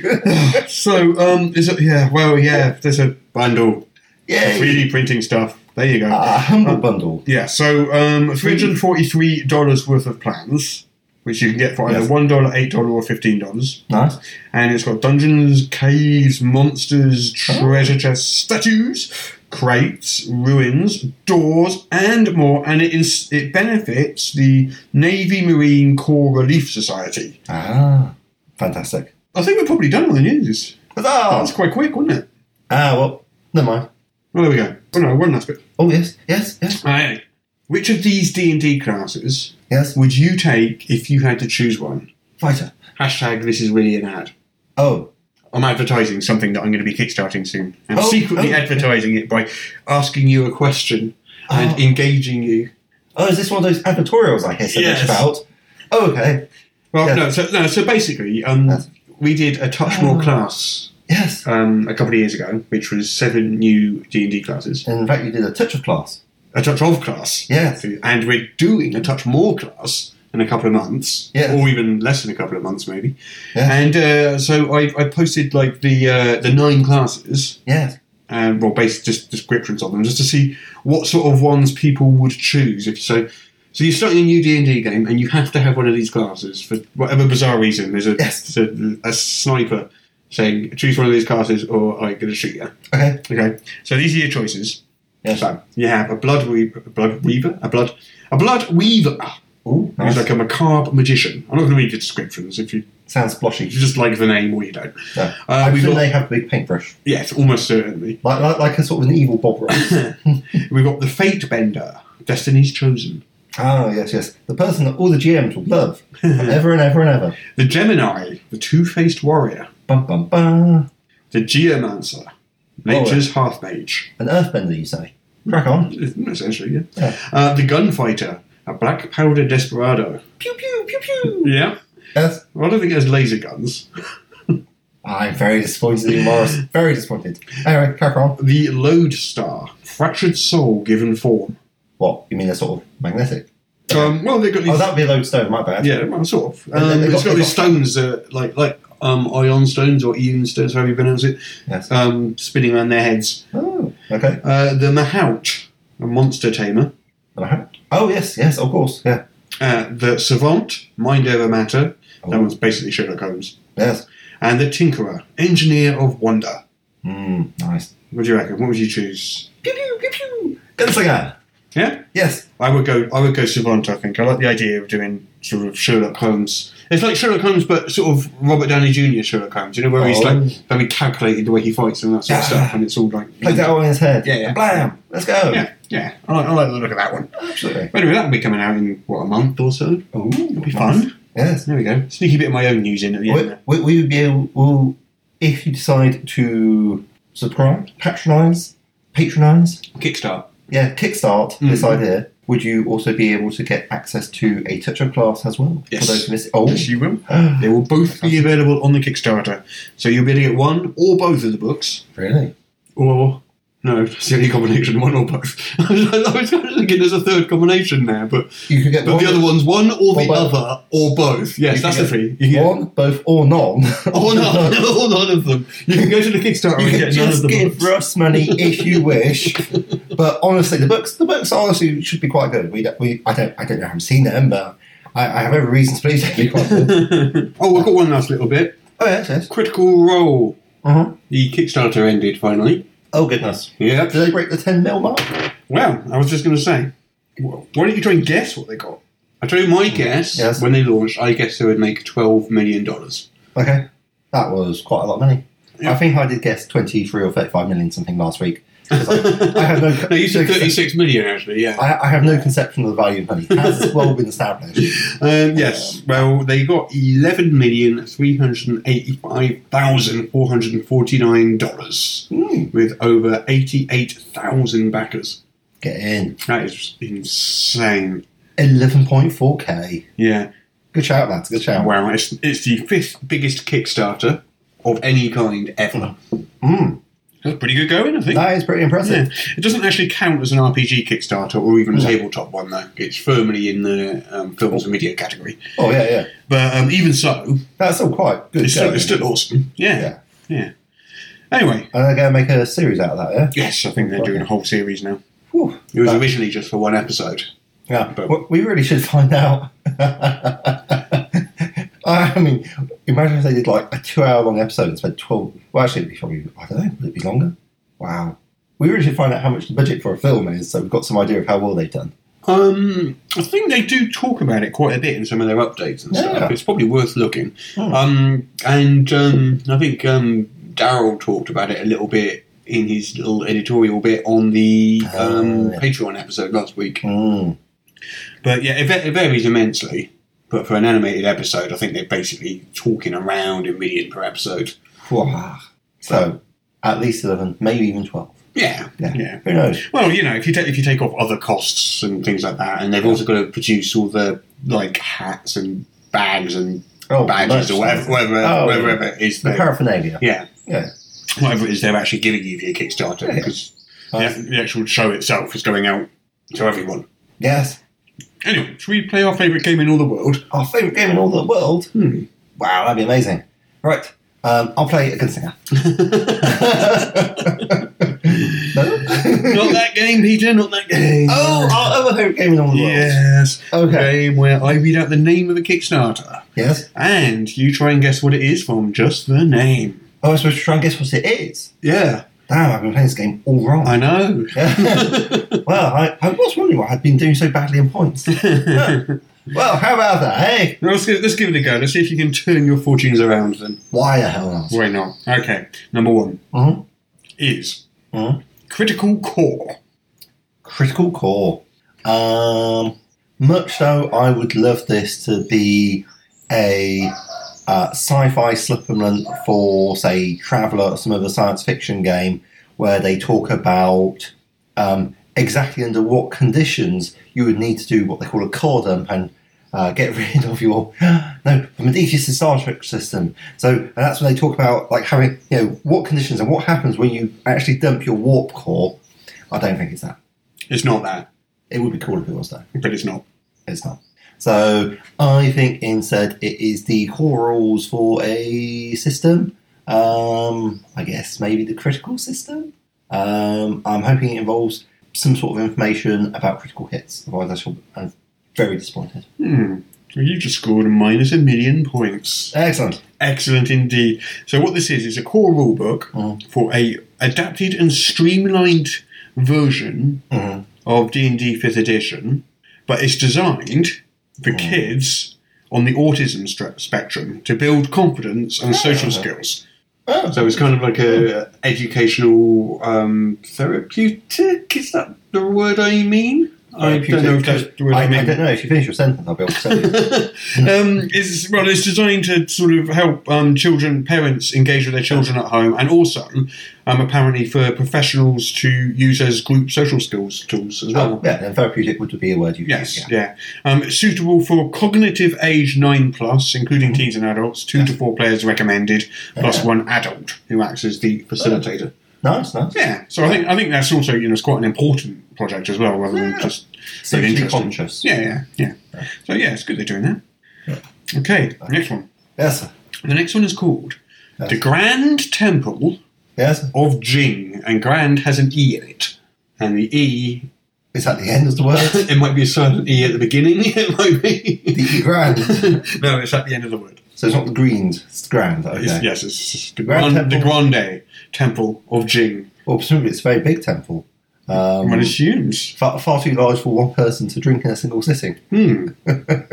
C: So um, there's a, yeah, well, yeah, there's a bundle, of
D: Yay! Ah.
C: 3D printing stuff. There you go.
D: A humble bundle.
C: Yeah, so um, $343 worth of plans, which you can get for either
D: Yes.
C: $1, $8, or $15.
D: Nice.
C: and it's got dungeons, caves, monsters, treasure chests, statues, crates, ruins, doors, and more. And it ins- it benefits the Navy Marine Corps Relief Society.
D: Ah, fantastic.
C: I think we're probably done with the news. That was
D: Huzzah!
C: quite quick, wasn't it?
D: Ah, well, never mind.
C: Well, there we go. Oh no, one last bit.
D: Oh, yes, yes, yes,
C: Aye. Which of these D and D classes
D: yes.
C: would you take if you had to choose one?
D: Fighter.
C: Hashtag this is really an ad.
D: Oh,
C: I'm advertising something that I'm going to be kickstarting soon. I'm
D: Oh,
C: secretly
D: oh.
C: advertising it by asking you a question and
D: Oh.
C: engaging you.
D: Oh, is this one of those advertorials I hear so
C: Yes.
D: much about? Oh, okay.
C: Well,
D: Yeah.
C: no, so, no, so basically, um,
D: That's-
C: we did a touch
D: Oh.
C: more class
D: Yes.
C: um, a couple of years ago, which was seven new D and D classes,
D: In fact, you did a touch of class.
C: a touch of class,
D: Yes.
C: and we're doing a touch more class in a couple of months,
D: Yes.
C: or even less than a couple of months, maybe.
D: Yes.
C: And uh, so I, I posted like the uh, the nine classes.
D: Yes.
C: and well, based just descriptions of them, just to see what sort of ones people would choose. If so, so you're starting a new D and D game, and you have to have one of these glasses for whatever bizarre reason. There's a
D: Yes.
C: there's a, a sniper saying, "Choose one of these classes, or I'm going to shoot you."
D: Okay.
C: Okay, so these are your choices.
D: Yes.
C: So you have a blood weaver, a blood weaver, a blood, a blood weaver. Ah,
D: Ooh,
C: He's
D: nice.
C: like a macabre magician. I'm not going to read the descriptions if you,
D: Sounds
C: if
D: blotchy.
C: you just like the name or you don't.
D: No.
C: Uh,
D: I
C: we've
D: presume
C: got-
D: they have a big paintbrush,
C: Yes, almost certainly.
D: like, like like a sort of an evil Bob Ross.
C: We've got the Fate Bender, Destiny's Chosen,
D: Ah, yes, yes. The person that all the GMs will
C: *laughs*
D: love forever and ever and ever.
C: the Gemini, the Two Faced Warrior,
D: Bum bum bum.
C: the Geomancer, Nature's Half Mage,
D: An earthbender, you say? Crack on.
C: essentially, yeah.
D: Yeah.
C: Uh, the Gunfighter, a Black Powder Desperado.
D: Pew pew pew pew.
C: Yeah,
D: Yes.
C: well, I don't think it has laser guns.
D: I'm very disappointed in Morris.
C: *laughs*
D: Very disappointed. Anyway, crack on.
C: The Lodestar, Fractured Soul Given Form.
D: What? You mean they're sort of magnetic?
C: Um, well, they've got these.
D: Oh, that would be a lodestone, my bad.
C: Yeah, well, sort of.
D: And then
C: Um,
D: they
C: it's
D: got-
C: got
D: they
C: these
D: got-
C: stones that, like, like um, ion stones or eon stones, however you pronounce it,
D: Yes.
C: um, spinning around their heads.
D: Oh, okay.
C: Uh, the Mahout, a monster tamer.
D: Alright. Oh, yes, yes, of course. Yeah.
C: Uh, the Savant, mind over matter. That
D: Oh.
C: one's basically Sherlock Holmes.
D: Yes.
C: And the Tinkerer, engineer of wonder.
D: Mm, nice.
C: What do you reckon? What would you choose?
D: Pew pew pew pew. Gunslinger.
C: Yeah,
D: Yes.
C: I would go. I would go Savant. I think I like the idea of doing sort of Sherlock Holmes. It's like Sherlock Holmes, but sort of Robert Downey Jr. Sherlock Holmes. You know where he's
D: Oh.
C: like very calculated the way he fights and that sort of
D: Yeah.
C: stuff, and it's all like
D: Plug that all in his head.
C: Mm. Yeah, yeah.
D: Blam. Let's go.
C: Yeah, yeah. I like, I like the look of that one.
D: Absolutely.
C: But anyway, that'll be coming out in what a month or so.
D: Ooh,
C: It'll be fun.
D: Yes.
C: There we go. Sneaky bit of my own news in at the end.
D: We, we, we would be able, we'll, if you decide to subscribe, patronise, patronise,
C: Kickstart.
D: yeah, kickstart this
C: Mhm.
D: idea, would you also be able to get access to a touch-up class as well?
C: Yes.
D: For those who miss it. Oh,
C: Yes, you will. They will both be available on the Kickstarter, so you'll be able to get one or both of the books,
D: *gasps* really?
C: or no, it's the only combination, one or both. *laughs* I was thinking there's a third combination there, but
D: You could get
C: but
D: one,
C: the other one's one or the
D: both.
C: other or both. Yes,
D: You
C: that's
D: can
C: the three. You can
D: one, both, or none.
C: *laughs* Or none, *laughs* or none of them. *laughs* You can go to the Kickstarter
D: *laughs* You
C: and
D: can
C: get none of
D: just
C: the
D: give
C: books.
D: Russ money if
C: *laughs*
D: you wish, but honestly, the books the books honestly should be quite good. We, don't- we I don't I don't know I haven't seen them, but I, I have every reason to believe they'd be quite good.
C: *laughs* oh, I've got one last little bit.
D: oh yes, yes.
C: Critical Role.
D: Uh-huh.
C: The Kickstarter ended finally.
D: Oh goodness,
C: Yeah.
D: did they break the ten mil mark?
C: Well, I was just going to say, wh- why don't you try and guess what they got? I tell you my guess.
D: Mm. Yes.
C: When they launched, I guess they would make twelve million
D: *laughs*
C: dollars.
D: Okay, that was quite a lot of money.
C: Yeah.
D: I think I did guess twenty three or thirty five million something last week. 'Cause I, I have *laughs* no,
C: No, you said
D: no concep-
C: thirty-six million actually. Yeah.
D: I, I have no conception of the value of money. That's well been established.
C: Um, yes. Well, they got eleven million three hundred eighty-five thousand four hundred forty-nine dollars
D: Hmm.
C: with over eighty-eight thousand backers.
D: Get in
C: That is insane.
D: eleven point four k.
C: Yeah.
D: Good shout, lads. Good shout.
C: Wow. It's it's the fifth biggest Kickstarter of any kind ever.
D: Mm,
C: That's pretty good going, I think.
D: that is pretty impressive.
C: Yeah. It doesn't actually count as an RPG Kickstarter or even a tabletop one, though. It's firmly in the um, films and media category.
D: Oh yeah, yeah.
C: But um, even so,
D: That's all quite good.
C: it's still,
D: going.
C: it's still awesome. Yeah.
D: Yeah.
C: yeah. Anyway,
D: And they're going to make a series out of that, yeah?
C: yes, I think they're doing a whole series now.
D: Whew.
C: It was originally just for one episode.
D: Yeah.
C: But-
D: Well, we really should find out. *laughs* I mean, imagine if they did like a two hour long episode and spent 12. Well, actually, it'd be probably, I don't know, would it be longer? Wow. We really should find out how much the budget for a film is so we've got some idea of how well they've done.
C: Um, I think they do talk about it quite a bit in some of their updates and
D: Yeah.
C: stuff. It's probably worth looking.
D: Hmm.
C: Um, and um, I think um, Daryl talked about it a little bit in his little editorial bit on the um,
D: Ah, yeah.
C: Patreon episode last week.
D: Mm.
C: But yeah, it, va- it varies immensely. But for an animated episode, I think they're basically talking around a million per episode.
D: Wow. So, at least 11, maybe even 12.
C: Yeah,
D: Yeah.
C: yeah.
D: Who knows?
C: Well, you know, if you take if you take off other costs and things like that, and they've also got to produce all the like hats and bags and
D: Oh,
C: badges or whatever,
D: merchandise.
C: whatever,
D: Oh,
C: whatever it is
D: The
C: they-
D: paraphernalia.
C: yeah,
D: Yeah.
C: whatever it is they're actually giving you via Kickstarter
D: Yeah.
C: because the,
D: Uh,
C: act- the actual show itself is going out to everyone.
D: yes.
C: Anyway, should we play our favourite game in all the world?
D: Our favourite game in all the world.
C: Hmm.
D: Wow, that'd be amazing. Right, Um, I'll play a Gunsinger.
C: *laughs* Not that game, Peter. Not that game.
D: Oh,
C: uh,
D: our other favourite game in all the world.
C: yes.
D: Okay.
C: Game where I read out the name of the Kickstarter
D: Yes.
C: and you try and guess what it is from just the name.
D: Oh, I'm supposed to try and guess what it is.
C: Yeah,
D: Damn, I've been playing this game all wrong.
C: I *laughs* know.
D: well, I, I was wondering why I'd been doing so badly
C: *laughs*
D: in points. well, how about that, hey?
C: Let's give, let's give it a go. Let's see if you can turn your fortunes around then.
D: Why the hell not?
C: Why not? Okay, number one
D: Mhm.
C: is
D: Mhm.
C: Critical Core.
D: Critical Core. Um, much though, I would love this to be a uh, sci-fi supplement for, say, Traveller or some other science fiction game, where they talk about um, exactly under what conditions you would need to do what they call a core dump and uh, get *laughs* rid of your no the Medicius and Star Trek system. So and that's when they talk about like having you know what conditions and what happens when you actually dump your warp core. I don't think it's that.
C: It's not that,
D: It would be cool if it was though.
C: but it's not.
D: It's not. So I think instead it is the core rules for a system. Um, I guess maybe the critical system. Um, I'm hoping it involves some sort of information about critical hits. Otherwise, I shall, I'm very disappointed.
C: Hmm. Well, You just scored a minus a million points.
D: Excellent.
C: Excellent indeed. So what this is is a core rulebook
D: Mhm.
C: for a adapted and streamlined version
D: Mhm.
C: of D and D Fifth Edition, but it's designed for
D: Mm.
C: kids on the autism stra- spectrum to build confidence and social skills.
D: Oh.
C: So it's kind of like a educational um, therapeutic. Is that the word I mean? I don't know if that's the word I,
D: I,
C: mean.
D: I don't know. If you finish your sentence, I'll be able to tell you.
C: *laughs* Um, it's, well, it's designed to sort of help um, children, parents engage with their children at home, and also um, apparently for professionals to use as group social skills tools as well.
D: oh, yeah, then therapeutic would be a word you could
C: Yes,
D: use. Yeah.
C: yeah. Um, it's suitable for cognitive age nine plus, including teens and adults. Two to four players recommended, plus one adult who acts as the
D: Oh.
C: facilitator.
D: Nice, nice.
C: Yeah. So I think I think that's also you know it's quite an important project as well, rather than just
D: So
C: really
D: it's
C: interesting.
D: conscious.
C: Yeah, yeah, yeah. So yeah, it's good they're doing that. Okay, next one.
D: Yes, sir.
C: The next one is called
D: Yes.
C: The Grand Temple
D: yes. sir.
C: of Jing, and Grand has an E in it. And the E, *laughs*
D: Is that the end of the word?
C: it might be a silent E at the beginning, *laughs* it might be. *laughs*
D: the grand.
C: no, it's at the end of the word.
D: So it's not the greens. It's grand. Okay.
C: It's, yes, it's the
D: Grand
C: Grand, the
D: Temple.
C: Grande Temple of Jing,
D: Well, presumably it's a very big temple. Um,
C: one assumes.
D: far, far too large for one person to drink in a single sitting.
C: Hmm.
D: *laughs*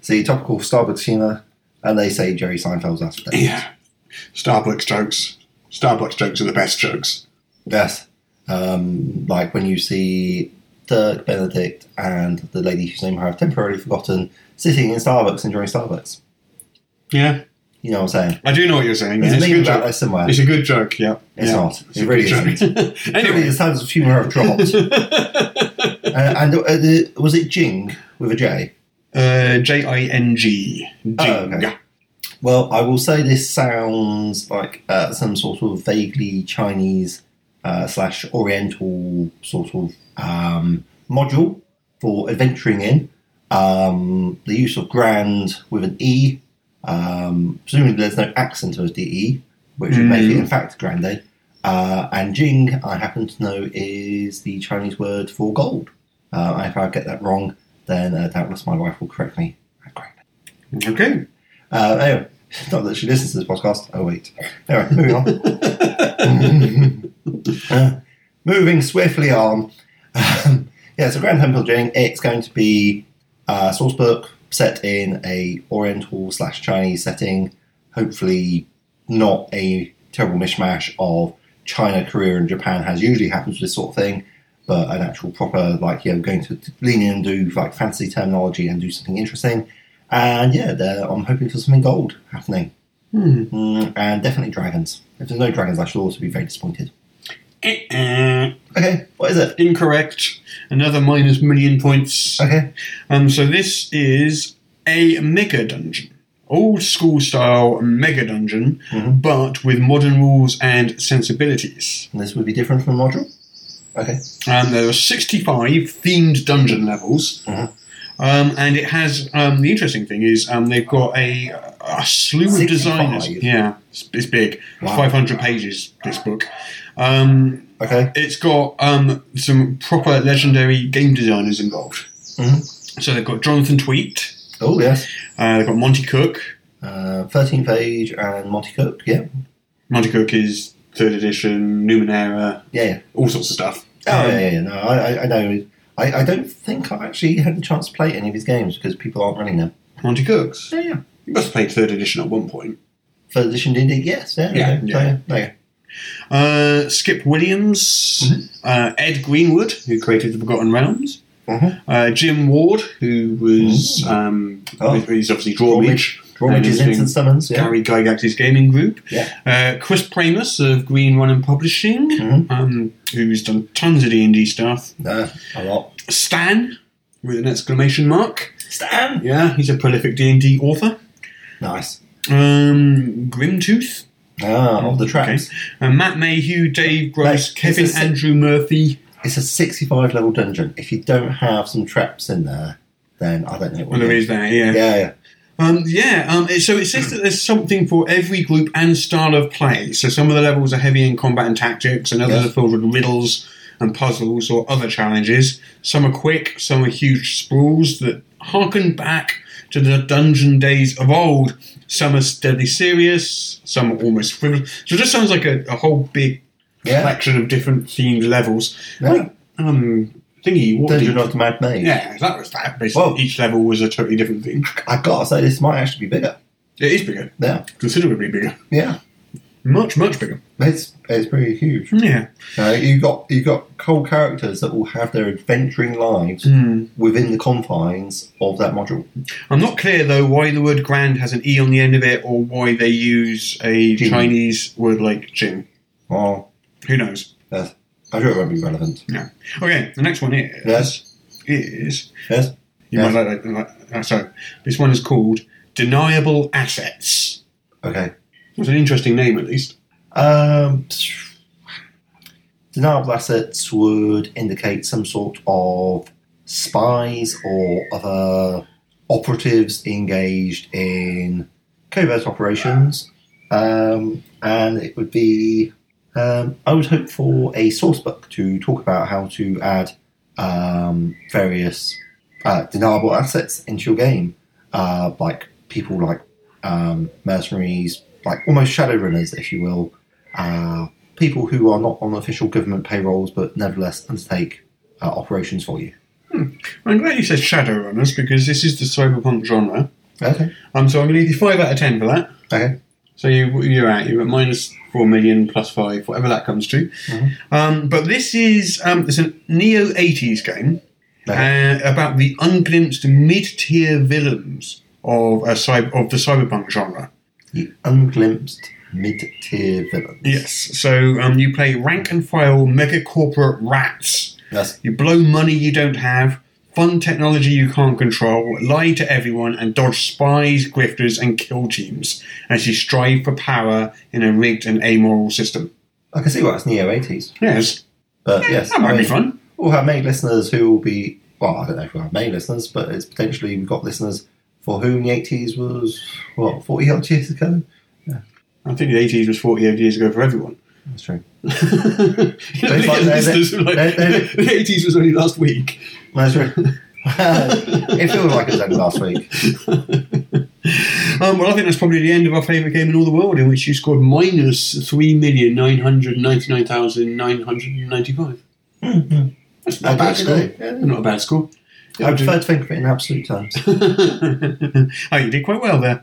D: See, topical Starbucks humour, and they say Jerry Seinfeld's after that.
C: Yeah. Starbucks jokes. Starbucks jokes are the best jokes.
D: Yes. Um, like when you see Dirk Benedict and the lady whose name I have temporarily forgotten sitting in Starbucks enjoying Starbucks.
C: Yeah.
D: You know what I'm saying?
C: I do know what you're saying.
D: There's
C: yeah,
D: a
C: it's a
D: meme
C: good
D: about
C: joke.
D: that somewhere.
C: It's a good joke, yeah.
D: It's
C: yeah.
D: not.
C: It's
D: It
C: a
D: really
C: good joke. *laughs*
D: Surely
C: anyway,
D: the standards of humour have dropped. Uh, and uh, the, was it Jing with a J?
C: uh, J I N G. Jing.
D: Oh, okay. Well, I will say this sounds like uh, some sort of vaguely Chinese uh, slash Oriental sort of um, module for adventuring in. Um, the use of grand with an E, um, presumably there's no accent of the E, which would make it in fact grande. Uh, and Jing, I happen to know, is the Chinese word for gold. Uh, if I get that wrong, then uh, doubtless my wife will correct me. Correct.
C: Okay.
D: Uh, anyway, not that she listens to this podcast. Oh, wait. Anyway, moving on. Uh, moving swiftly on. Um, yeah, so Grand Temple Jing, it's going to be a source book set in a Oriental slash Chinese setting. Hopefully, not a terrible mishmash of China, Korea, and Japan, as usually happens with this sort of thing. But an actual proper, like, you know, going to lean in and do like fancy terminology and do something interesting. And yeah, there- I'm hoping for something gold happening. Mm, and definitely dragons. If there's no dragons, I should also be very disappointed.
C: Uh-uh.
D: Okay, what is it?
C: Incorrect. Another minus million points.
D: Okay.
C: Um, so this is a mega dungeon. Old school style mega dungeon,
D: Mm-hmm.
C: but with modern rules and sensibilities.
D: And this would be different from the module? Okay.
C: Um, there are 65 themed dungeon
D: Mm-hmm.
C: levels. Um, and it has um, the interesting thing is um, they've got a, a a slew of
D: 65.
C: designers. Yeah, it's, it's big.
D: Wow.
C: 500 pages, this book. Um,
D: Okay.
C: it's got um, some proper legendary game designers involved.
D: Mm-hmm.
C: So they've got Jonathan Tweet,
D: Oh, yes.
C: uh, they've got Monty Cook.
D: Uh, 13 page and Monty Cook. Yeah.
C: Monty Cook is third edition, Numenera,
D: Yeah. yeah.
C: all sorts of stuff.
D: Oh,
C: Um,
D: yeah, yeah, yeah. No, I, I- I know. I, I don't think I actually had a chance to play any of his games because people aren't running them.
C: Monty Cook's.
D: Yeah, yeah.
C: You must have played third edition at one point.
D: Third edition D&D, yes.
C: Yeah,
D: Yeah, yeah.
C: yeah.
D: There you go.
C: Uh, Skip Williams,
D: Mm-hmm.
C: uh, Ed Greenwood, who created The Forgotten Realms,
D: Mhm.
C: uh, Jim Ward, who was um,
D: Oh.
C: he's obviously Drawridge,
D: Drawridge is
C: and
D: instant summons, yeah.
C: Gary Gygax's gaming group.
D: Yeah.
C: Uh, Chris Pramus of Green Run and Publishing,
D: Mhm.
C: um, who's done tons of D and D stuff.
D: No, a lot.
C: Stan with an exclamation mark.
D: Stan!
C: Yeah, he's a prolific D and D author.
D: Nice.
C: Um, Grimtooth.
D: Ah, of the traps.
C: Okay. Uh, Matt Mayhew, Dave Gross,
D: Mate,
C: Kevin
D: it's a-
C: Andrew Murphy.
D: It's a 65 level dungeon. If you don't have some traps in there, then I don't know what
C: Well, there
D: it
C: is that, yeah.
D: Yeah, yeah.
C: Um, yeah, um, it- so it says that there's something for every group and style of play. So some of the levels are heavy in combat and tactics, and others
D: Yes.
C: are filled with riddles and puzzles or other challenges. Some are quick, some are huge sprawls that harken back to the dungeon days of old. Some are deadly serious, some are almost frivolous. So it just sounds like a, a whole big
D: Yeah.
C: collection of different themed levels.
D: Yeah.
C: Um, thingy, what
D: Dungeon
C: did,
D: of the Mad Mage.
C: yeah, that was that. Basically,
D: Whoa.
C: each level was a totally different thing.
D: i got to say, this might actually be bigger.
C: It is bigger,
D: Yeah.
C: considerably bigger.
D: Yeah.
C: Much, much bigger.
D: It's, it's pretty huge.
C: Yeah.
D: Uh, you got you got whole characters that will have their adventuring lives within the confines of that module.
C: I'm not clear though why the word grand has an E on the end of it or why they use a
D: Jing.
C: Chinese word like Jing.
D: Well,
C: Who knows?
D: yes, I'm sure it won't be relevant.
C: No. Okay, the next one is.
D: Yes.
C: Is.
D: Yes.
C: You
D: Yes.
C: might like that. Like, uh, sorry. This one is called Deniable Assets.
D: Okay.
C: It's an interesting name at least.
D: Um, deniable assets would indicate some sort of spies or other operatives engaged in covert operations, um, and it would be. Um, I would hope for a source book to talk about how to add um, various uh, deniable assets into your game, uh, like people like um, mercenaries, like almost shadow runners, if you will, uh, people who are not on official government payrolls but nevertheless undertake uh, operations for you.
C: I'm glad you said Shadowrunners because this is the cyberpunk genre.
D: Okay.
C: Um, so I'm going to give you 5 out of 10 for that.
D: Okay.
C: So you, you're out. You're at minus four million, plus five, whatever that comes to. Um, but this is um, it's a neo '80s game uh, about the unglimpsed mid-tier villains of a cyber, of the cyberpunk genre.
D: The unglimpsed mid-tier villains.
C: Yes. So um, you play rank and file mega corporate rats.
D: Yes.
C: You blow money you don't have, fund technology you can't control, lie to everyone, and dodge spies, grifters, and kill teams as you strive for power in a rigged and amoral system.
D: I can see why it's neo eighties,
C: Yes.
D: but yes,
C: That
D: I
C: might be
D: mean,
C: fun.
D: We'll have main listeners who will be. Well, I don't know if we'll have main listeners, but it's potentially we've got listeners for whom the eighties was what forty odd years ago.
C: I think the 80s was 40 odd years ago for *laughs* everyone.
D: That's true.
C: you know, they
D: like
C: get
D: they're-
C: listeners who are like,
D: they're-
C: *laughs*
D: they're-
C: the 80s was only last week.
D: That's true. *laughs* it feels like it was only last week.
C: Um, well, I think that's probably the end of our favourite game in all the world, in which you scored minus 3,999,995. That's not a bad
D: That's
C: score.
D: good, yeah.
C: Not a bad score.
D: I prefer to think of it in absolute terms.
C: *laughs* oh, you did quite well there.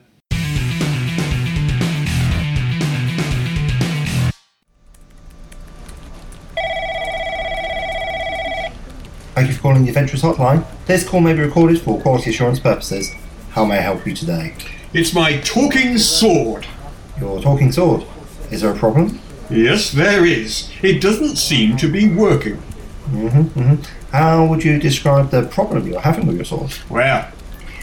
D: Thank you for calling the Adventurous Hotline. This call may be recorded for quality assurance purposes. How may I help you today?
C: It's my talking sword.
D: Your talking sword. Is there a problem?
C: Yes, there is. It doesn't seem to be working.
D: How would you describe the problem you're having with your sword?
C: Well,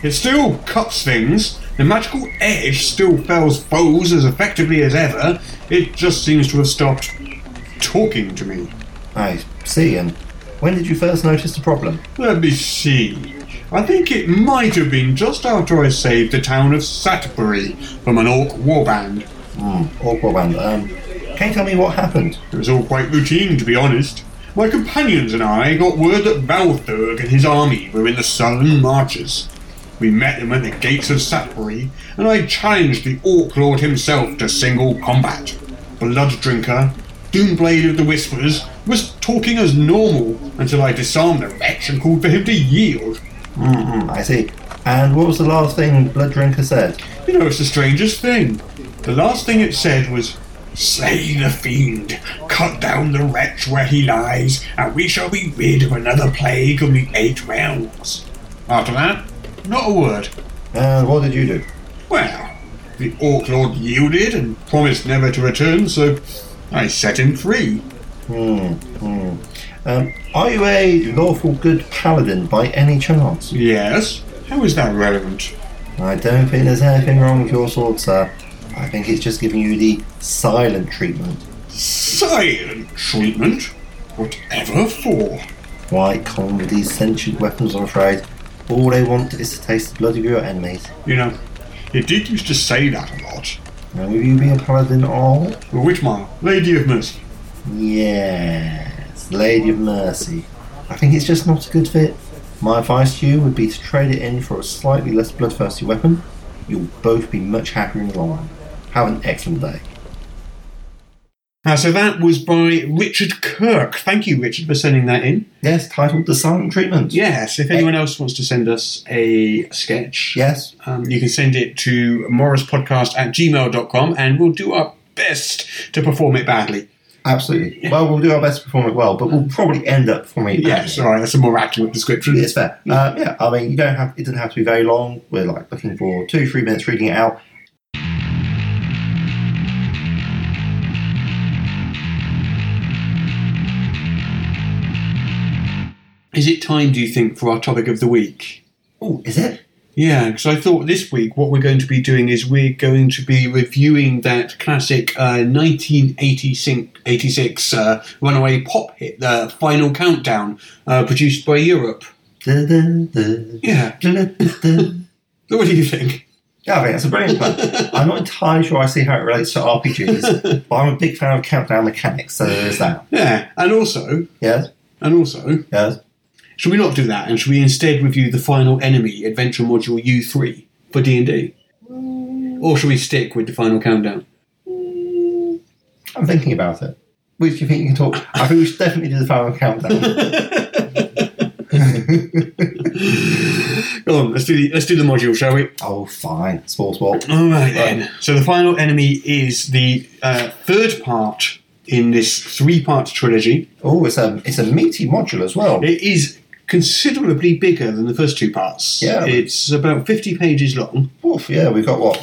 C: it still cuts things. The magical edge still fells foes as effectively as ever. It just seems to have stopped talking to me.
D: I see, and when did you first notice the problem?
C: Let me see. I think it might have been just after I saved the town of Satbury from an orc warband.
D: Awkward one. Um, can you tell me what happened?
C: It was all quite routine, to be honest. My companions and I got word that Valthurg and his army were in the southern marches. We met them at the gates of Satbury, and I challenged the Orc Lord himself to single combat. Blood Drinker, Doomblade of the Whispers, was talking as normal until I disarmed the wretch and called for him to yield.
D: I see. And what was the last thing Blood Drinker said?
C: You know, it's the strangest thing. The last thing it said was, Slay the fiend, cut down the wretch where he lies, and we shall be rid of another plague of the eight realms. After that, not a word.
D: And Uh, what did you do?
C: Well, the Orc Lord yielded and promised never to return, so I set him free.
D: Hmm, Um, are you a lawful good paladin by any chance?
C: Yes? How is that relevant?
D: I don't think there's anything wrong with your sword, sir. I think it's just giving you the silent treatment.
C: Silent treatment? Whatever for?
D: Why con with these sentient weapons, I'm afraid. All they want is to taste the blood of your enemies.
C: You know, it did used to say that a lot.
D: Now, will you be a paladin all?
C: Whitmar, Lady of Mercy.
D: Yes, Lady of Mercy. I think it's just not a good fit. My advice to you would be to trade it in for a slightly less bloodthirsty weapon. You'll both be much happier in the long run. Have an excellent day.
C: Now, so that was by Richard Kirk. Thank you, Richard, for sending that in.
D: Yes, titled The Silent Treatment.
C: Yes, if anyone else wants to send us a sketch,
D: Yes.
C: um, you can send it to morrispodcast at gmail.com and we'll do our best to perform it badly.
D: Absolutely. Well, we'll do our best to perform it well, but we'll probably end up performing it badly.
C: Yes, all right, that's a more accurate description.
D: It's fair. Um, yeah, I mean, you don't have it doesn't have to be very long. We're like looking for two, three minutes reading it out.
C: Is it time, do you think, for our topic of the week?
D: Oh, is it?
C: Yeah, because I thought this week what we're going to be doing is we're going to be reviewing that classic uh, 1986 uh, runaway pop hit, uh, Final Countdown, uh, produced by Europe. *laughs*
D: Da-da-da,
C: Yeah.
D: da-da-da-da.
C: What do you think?
D: Yeah, I think that's a brilliant plan. I'm not entirely sure I see how it relates to RPGs, but I'm a big fan of countdown mechanics, so there's that.
C: Yeah, and also,
D: Yes,
C: and also,
D: yes.
C: should we not do that? And should we instead review the final enemy adventure module U three for D and D, or should we stick with the final countdown?
D: I'm thinking about it. Which do you think you can talk? I think we should definitely do the final countdown.
C: Go on, let's do the let's do the module, shall we?
D: oh, fine. Sports ball.
C: All right then. So the final enemy is the uh, third part in this three part trilogy.
D: Oh, it's a it's a meaty module as well.
C: It is considerably bigger than the first two parts.
D: Yeah.
C: it's about fifty pages long.
D: Oof, yeah, we've got what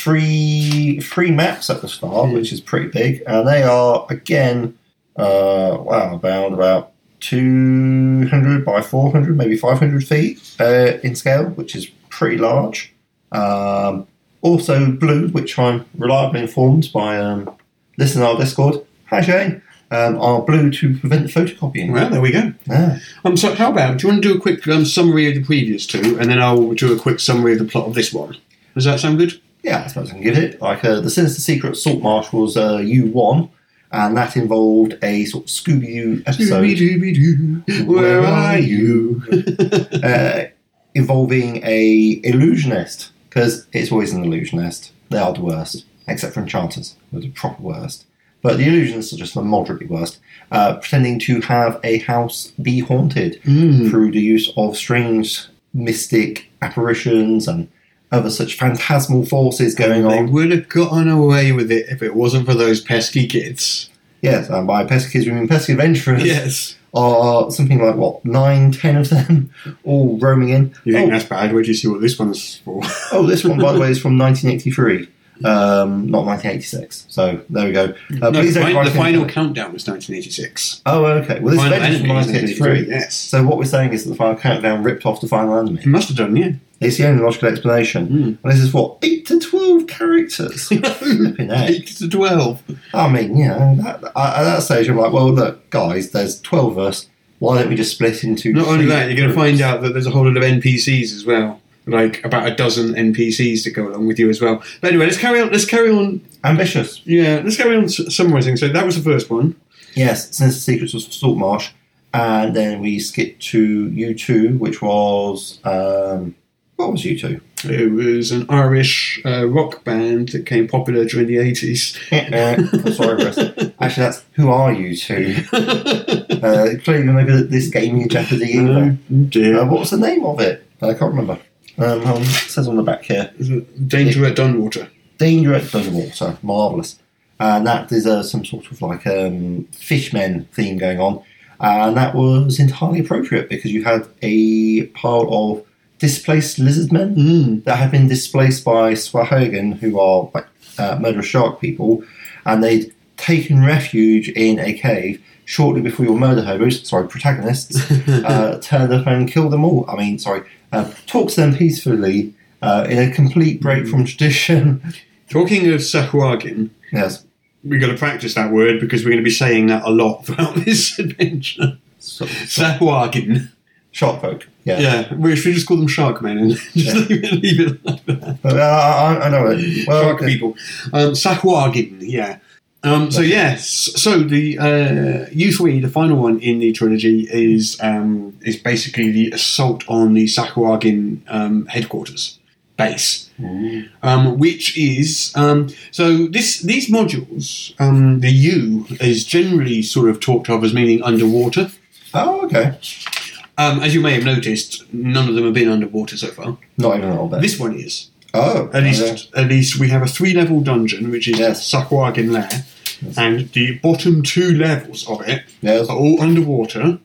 D: three three maps at the start, which is pretty big, and they are again, uh, wow, about about two hundred by four hundred, maybe five hundred feet uh, in scale, which is pretty large. Um, also, blue, which I'm reliably informed by um, listening to our Discord. Hi Shane, um, are blue to prevent photocopying. Ah.
C: Well, there we go.
D: Yeah.
C: Um, so how about do you want to do a quick um, summary of the previous two, and then I'll do a quick summary of the plot of this one. Does that sound good?
D: yeah, I suppose I can give it. Like uh, the Sinister Secret Salt Marsh was uh, U one, and that involved a sort of Scooby Doo episode
C: Dooby-dooby-doo, Where are you? *laughs*
D: uh, involving a illusionist because it's always an illusionist. They are the worst, except for enchanters, they're the proper worst. But the illusionists are just the moderately worst, uh, pretending to have a house be haunted
C: Mm.
D: through the use of strange mystic apparitions and other such phantasmal forces going
C: They
D: on.
C: would have gotten away with it if it wasn't for those pesky kids.
D: Yes, and by pesky kids we mean pesky adventurers.
C: Yes.
D: Are something like what nine, ten of them, *laughs* all roaming in.
C: You think
D: oh,
C: that's bad? Where do you see what this one's for?
D: oh, this one by the way is from 1983, um, not 1986. So there we go. Uh,
C: no,
D: please
C: the,
D: don't
C: fin-
D: write
C: the
D: anything
C: final
D: down.
C: countdown was 1986.
D: Oh, okay. Well, this
C: Final
D: adventure from
C: Enemy is
D: 1983.
C: 1983, yes.
D: So what we're saying is that the final countdown ripped off the final enemy.
C: It must have done, yeah.
D: It's the only logical explanation.
C: Hmm.
D: And this is what eight to
C: *laughs*
D: twelve characters. Flipping heck.
C: 8 to 12.
D: I mean, you know, that, I- at that stage, I'm like, well, look, guys, there's 12 of us. why don't we just split into?
C: Not only
D: three
C: that, you're going to
D: groups?
C: find out that there's a whole lot of NPCs as well. Like about a dozen NPCs to go along with you as well. But anyway, let's carry on. Let's carry on.
D: ambitious.
C: Yeah, let's carry on s- summarising. So that was the first one.
D: Yes, since the secrets was Saltmarsh, and then we skipped to U two, which was um, what was U two?
C: It was an Irish uh, rock band that came popular during the 80s.
D: Uh, Sorry, Chris. Actually, that's who are you two? Uh, clearly, maybe that this game in Jeopardy either.
C: dear.
D: Uh, what was the name of it? I can't remember. Um, hold on, it says on the back here.
C: Danger at Dunwater.
D: Danger at Dunwater, marvellous. And that is uh, some sort of like um, fishmen theme going on. And that was entirely appropriate because you had a pile of displaced lizard men that had been displaced by Swahogan, who are like uh, murderous shark people, and they'd taken refuge in a cave shortly before your murder hobos, sorry, protagonists, uh, turned up and killed them all. I mean, sorry, uh, talk to them peacefully uh, in a complete break from tradition.
C: Talking of Sahuagin,
D: Yes.
C: we've got to practice that word because we're going to be saying that a lot *laughs* throughout this adventure.
D: So,
C: Sahuagin.
D: shark folk. Yeah.
C: Yeah, we should just call them shark men and *laughs* just leave, it, leave it like that.
D: But, uh, I, I know it. Well,
C: shark
D: uh,
C: people. Um, Sahuagin, yeah. Um, so, yes, so the uh, U3, the final one in the trilogy, is um, is basically the assault on the Sahuagin um, headquarters base, um, which is. Um, so, this these modules, um, the U is generally sort of talked of as meaning underwater.
D: Oh, okay.
C: Um, as you may have noticed, none of them have been underwater so far.
D: Not even a little bit.
C: This one is.
D: oh,
C: At least,
D: okay.
C: at least we have a three-level dungeon, which is
D: Yes.
C: Sakwagan Lair, and the bottom two levels of it
D: Yes.
C: are all underwater,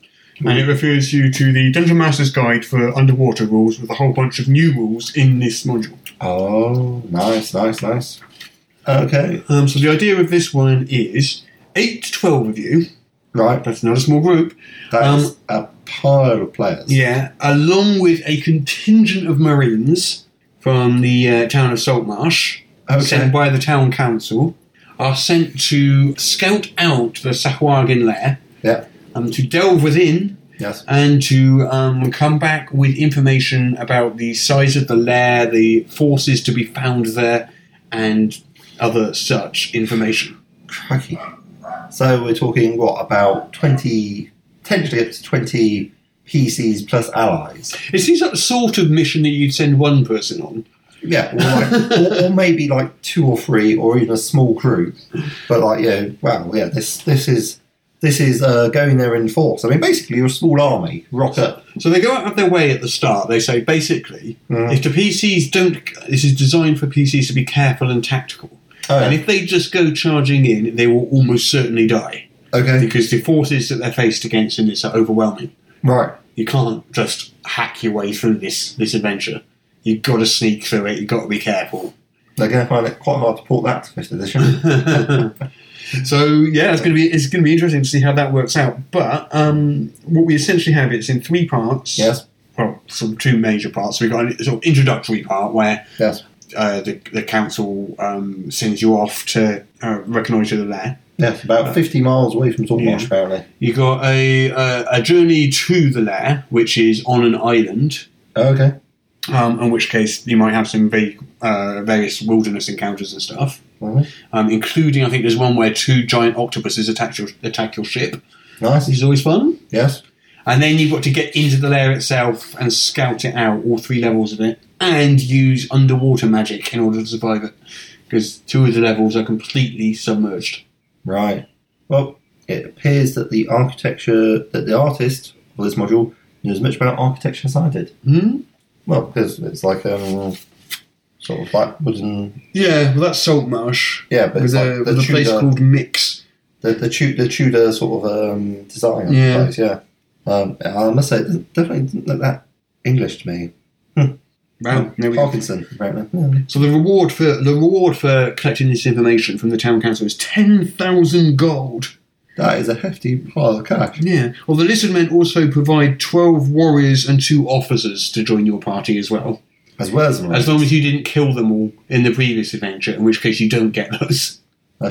C: and it refers you to the Dungeon Master's Guide for underwater rules, with a whole bunch of new rules in this module.
D: Oh, nice, nice, nice. Okay.
C: Um, so the idea of this one is eight to twelve of you.
D: Right.
C: That's not a small group.
D: That's
C: Um,
D: a pile of players.
C: Yeah, along with a contingent of Marines from the uh, town of Saltmarsh,
D: Okay.
C: sent by the town council, are sent to scout out the Sahuagin lair,
D: Yeah.
C: um, to delve within,
D: Yes.
C: and to um, come back with information about the size of the lair, the forces to be found there, and other such information.
D: Crikey. So we're talking what about twenty? Potentially up to twenty PCs plus allies.
C: It seems like the sort of mission that you'd send one person on.
D: Yeah. Or, like, or, or maybe like two or three, or even a small group. But like, yeah, wow, yeah. This this is this is uh, going there in force. I mean, basically, you're a small army. Rock up.
C: So they go out of their way at the start. They say basically,
D: Mhm.
C: if the PCs don't, this is designed for PCs to be careful and tactical.
D: Oh,
C: And
D: yeah.
C: if they just go charging in, they will almost certainly die
D: Okay.
C: because the forces that they're faced against in this are overwhelming.
D: Right.
C: You can't just hack your way through this this adventure. You've got to sneak through it. You've got to be careful. *laughs*
D: They're going to find it quite hard to port that to fifth edition.
C: So yeah, it's going to be it's going to be interesting to see how that works out. But um, what we essentially have it's in three parts.
D: yes.
C: Well, some two major parts. We've got a sort of introductory part where
D: Yes.
C: uh, the, the council um, sends you off to uh, reconnoitre the lair.
D: Yes. About fifty miles away from Saltmarsh,
C: Yeah.
D: apparently.
C: You got a, a a journey to the lair, which is on an island.
D: Okay.
C: Um, in which case, you might have some vague, uh, various wilderness encounters and stuff,
D: Alright.
C: um, including I think there's one where two giant octopuses attack your attack your ship, which
D: Nice.
C: is always fun.
D: Yes.
C: And then you've got to get into the lair itself and scout it out, all three levels of it, and use underwater magic in order to survive it, because two of the levels are completely submerged.
D: Right. Well, it appears that the architecture that the artist for this module knew as much about architecture as I did.
C: Hmm?
D: Well, because it's like um, sort of like wooden.
C: Yeah, well, that's Saltmarsh.
D: Yeah, but
C: with
D: it's
C: a,
D: like the
C: with a place
D: Tudor-
C: called Mix.
D: The the, tu- the Tudor sort of um, design, I
C: Yeah.
D: suppose. Yeah. Um, I must say, it definitely didn't look that English to me. Um,
C: Wow, there Oh, we go.
D: Parkinson, apparently. Yeah.
C: So the reward for the reward for collecting this information from the town council is ten thousand gold.
D: That is a hefty pile of cash.
C: Yeah. Well, the lizard men also provide twelve warriors and two officers to join your party as well,
D: As well as,
C: as long as you didn't kill them all in the previous adventure, in which case you don't get those.
D: I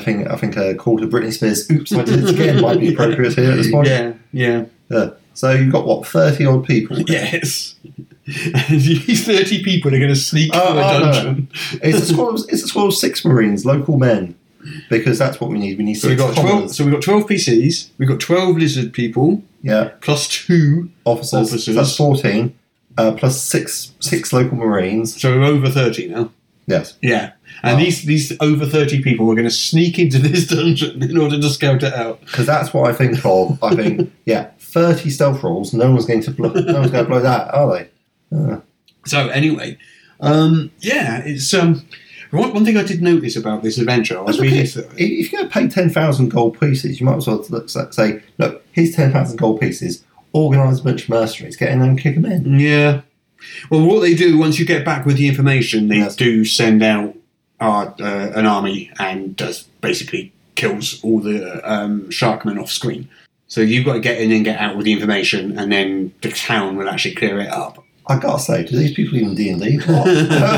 C: *laughs*
D: think I think a call to Britney Spears. Oops, I did it again. Might be appropriate here at this point.
C: Yeah, yeah.
D: Yeah. So you've got what thirty odd people.
C: Yes. *laughs* These 30 people are going to sneak
D: Oh,
C: through a
D: oh, no.
C: dungeon.
D: It's a squad. Of, it's a squad of six Marines, local men, because that's what we need. We need
C: So
D: six
C: we've got 12,
D: commoners.
C: so we've got 12 PCs, we've got 12 lizard people,
D: Yeah,
C: plus two,
D: officers.
C: Officers.
D: That's fourteen, uh, plus six six local Marines.
C: so we're over 30 now.
D: Yes,
C: Yeah. And
D: Wow.
C: these, these over 30 people are going to sneak into *laughs* this dungeon in order to scout it out.
D: because that's what I think of. I think *laughs* yeah, thirty stealth rolls. No one's going to blow. No one's going to blow that, are *laughs* they?
C: So anyway, um, yeah, it's um, one, one thing I did notice about this adventure. I was
D: Look,
C: reading
D: if,
C: through it.
D: if you're going to pay ten thousand gold pieces, you might as well look, say, look, here's ten thousand gold pieces. Organise a bunch of mercenaries, get in there and kick them in.
C: Yeah. Well, what they do once you get back with the information, they
D: Yes.
C: do send out uh, uh, an army and does basically kills all the um, sharkmen off screen. So you've got to get in and get out with the information, and then the town will actually clear it up.
D: I gotta say, do these people even D and *laughs* D?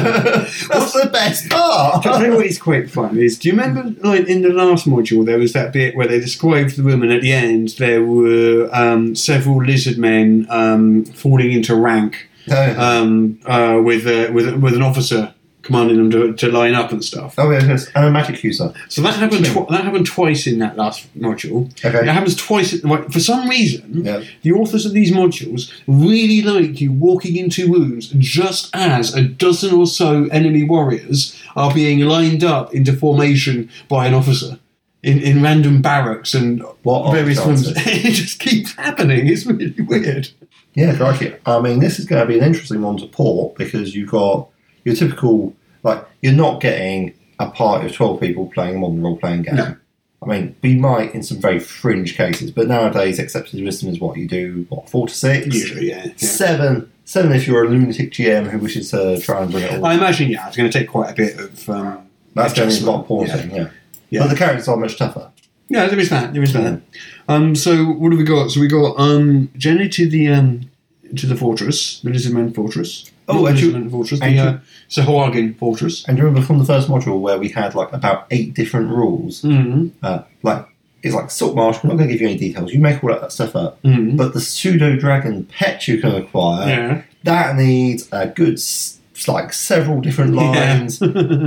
D: That's the best *laughs* part.
C: I'll tell you what is quite fun is do you remember like in the last module there was that bit where they described the room and at the end there were um, several lizard men um, falling into rank
D: No.
C: um, uh, with, uh, with with an officer commanding them to, to line up and stuff.
D: Oh yeah, yes, and a magic user.
C: So that happened tw- that happened twice in that last module. It
D: Okay.
C: happens twice. At the, right- for some reason,
D: Yeah.
C: the authors of these modules really like you walking into rooms just as a dozen or so enemy warriors are being lined up into formation by an officer in, in random barracks and
D: What are the
C: various rooms. *laughs*
D: chances?
C: it just keeps happening. It's really weird.
D: Yeah, crikey. I mean, this is going to be an interesting one to port because you've got your typical like you're not getting a party of twelve people playing a modern role playing game.
C: No.
D: I mean, we might in some very fringe cases, but nowadays accepted wisdom is what you do. What four to six?
C: Usually, yeah. yeah.
D: Seven, seven. If you're a lunatic GM who wishes to try and bring it all,
C: I imagine yeah, it's going to take quite a bit of. Um,
D: that's going to be a
C: adjustment,
D: lot of porting. Yeah.
C: Yeah.
D: but the characters are much tougher.
C: Yeah, there is that. There is that. Um, so what have we got? So we got um, Jenny to the um, to the fortress, the Lizardman fortress.
D: Oh,
C: Not
D: and you-
C: Lizardman fortress,
D: and
C: the uh, Sahuagin fortress.
D: And do you remember from the first module where we had like about eight different rules?
C: Mm-hmm.
D: Uh, like it's like salt marsh. We're not going to give you any details. You make all that stuff up.
C: Mhm.
D: But the pseudo dragon pet you can acquire
C: Yeah.
D: that needs a good s- like several different
C: Yeah. *laughs*
D: lines,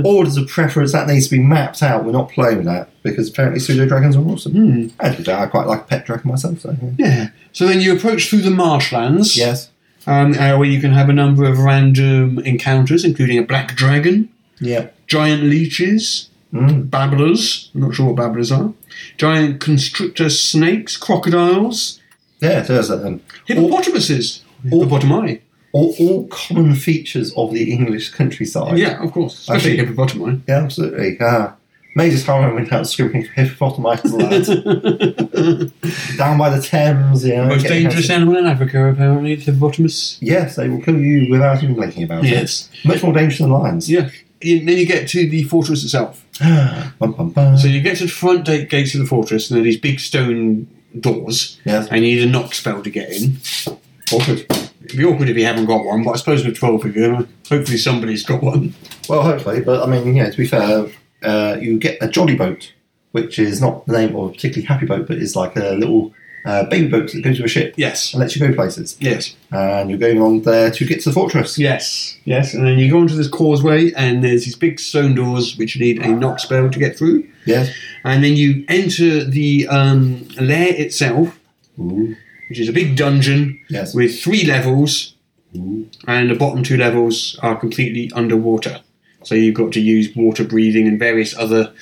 D: orders of preference that needs to be mapped out. We're not playing with that because apparently pseudo dragons are awesome.
C: Mm.
D: And to be fair, I quite like a pet dragon myself. So yeah.
C: Yeah. So then you approach through the marshlands,
D: yes,
C: um, uh, where you can have a number of random encounters, including a black dragon,
D: yeah.
C: giant leeches,
D: Mm.
C: babblers. I'm not sure what babblers are. Giant constrictor snakes, crocodiles,
D: Yeah, there's that. Um,
C: hippopotamuses,
D: Or-
C: hippopotami.
D: all, all common features of the English countryside.
C: Yeah, of course,
D: I
C: especially
D: think-
C: hippopotami.
D: Yeah, absolutely. Ah, Major's Harrow went out screaming *laughs* for hippopotamuses
C: *laughs*
D: lads. Down by the Thames, you know.
C: Most
D: getting
C: dangerous
D: cancer.
C: animal in Africa, apparently, the hippopotamus.
D: Yes, they will kill you without even blinking about
C: Yes.
D: it. Much more dangerous than lions.
C: Yeah. You- then you get to the fortress itself.
D: *gasps* Bum, bum, bum.
C: So you get to the front gate, gates of the fortress, and there are these big stone doors,
D: yes,
C: and you need a knock spell to get in.
D: awkward.
C: It'd be awkward if you haven't got one, but I suppose with 12 of you, hopefully somebody's got one.
D: Well, hopefully, but I mean, yeah, to be fair, uh, you get a jolly boat, which is not the name of a particularly happy boat, but is like a little uh, baby boat that goes to a ship
C: Yes.
D: and lets you go places.
C: Yes.
D: And you're going along there to get to the fortress.
C: Yes. Yes. And then you go onto this causeway, and there's these big stone doors which you need a knock spell to get through.
D: Yes.
C: And then you enter the um, lair itself,
D: Ooh.
C: which is a big dungeon
D: Yes.
C: with three levels, and the bottom two levels are completely underwater. So you've got to use water breathing and various other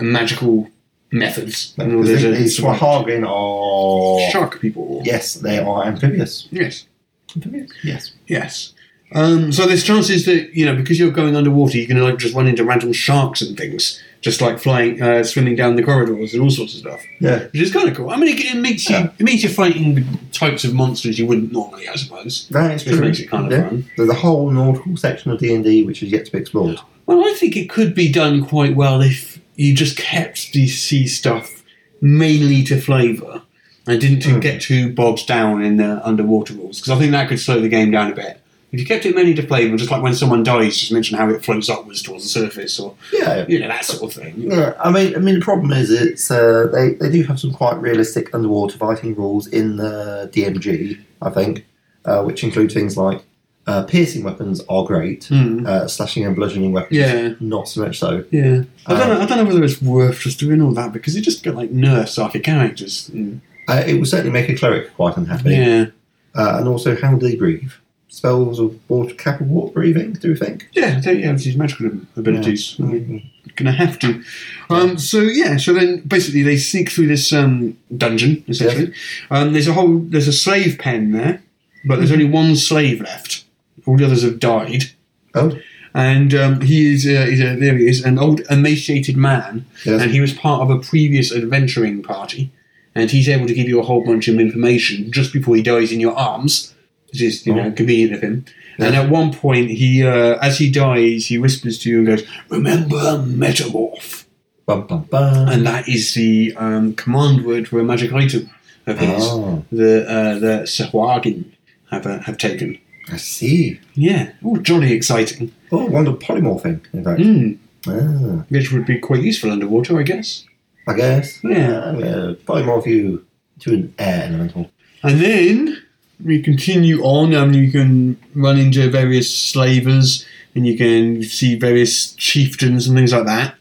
C: magical methods in order
D: The thing
C: to
D: is,
C: survive.
D: Swahagan are
C: Shark people.
D: yes, they are amphibious.
C: Yes.
D: Amphibious? Yes.
C: Yes. Um, so there's chances that you know because you're going underwater, you can like just run into random sharks and things, just like flying, uh, swimming down the corridors and all sorts of stuff,
D: Yeah,
C: which is kind of cool. I mean, it, it makes you
D: Yeah.
C: it means you're fighting with types of monsters you wouldn't normally, I suppose.
D: that is
C: Which
D: true.
C: makes it kind of
D: yeah.
C: fun.
D: There's a whole nautical section of D and D which is yet to be explored.
C: Well, I think it could be done quite well if you just kept the sea stuff mainly to flavour and didn't get too bogged down in the underwater rules because I think that could slow the game down a bit. If you kept it mainly to flavor, just like when someone dies, just mention how it floats upwards towards the surface, or
D: Yeah.
C: you know that sort of thing.
D: Yeah, I mean, I mean, the problem is it's uh, they they do have some quite realistic underwater fighting rules in the DMG, I think, uh, which include things like uh, piercing weapons are great,
C: Hmm.
D: uh, slashing and bludgeoning weapons,
C: Yeah.
D: not so much so.
C: Yeah, I don't,
D: Um,
C: know, I don't know whether it's worth just doing all that because you just got like nerfs off your characters. Mm.
D: Uh, it will certainly make a cleric quite unhappy.
C: Yeah,
D: Uh, and also, how do they breathe? Spells of water, cap of water breathing. Do you think?
C: yeah, they have these magical abilities. I mean, you're gonna have to. Um, so yeah, so then basically they sneak through this um, dungeon essentially. Um, there's a whole there's a slave pen there, but there's only one slave left. All the others have died.
D: Oh,
C: and um, he is uh, he's, uh, there he is an old emaciated man
D: Yes.
C: and he was part of a previous adventuring party and he's able to give you a whole bunch of information just before he dies in your arms which is you know convenient of him and at one point he uh, as he dies he whispers to you and goes remember metamorph
D: bum bum bum.
C: and that is the um, command word for a magic item of his
D: Ah.
C: the uh, the Sahwagin have, uh, have taken
D: I see.
C: yeah all jolly exciting
D: Oh, wonder polymorphing. In fact,
C: Hmm.
D: ah,
C: which would be quite useful underwater I guess
D: I guess.
C: Yeah.
D: I'm gonna polymorph you to an air elemental.
C: And then we continue on, and you can run into various slavers, and you can see various chieftains and things like that.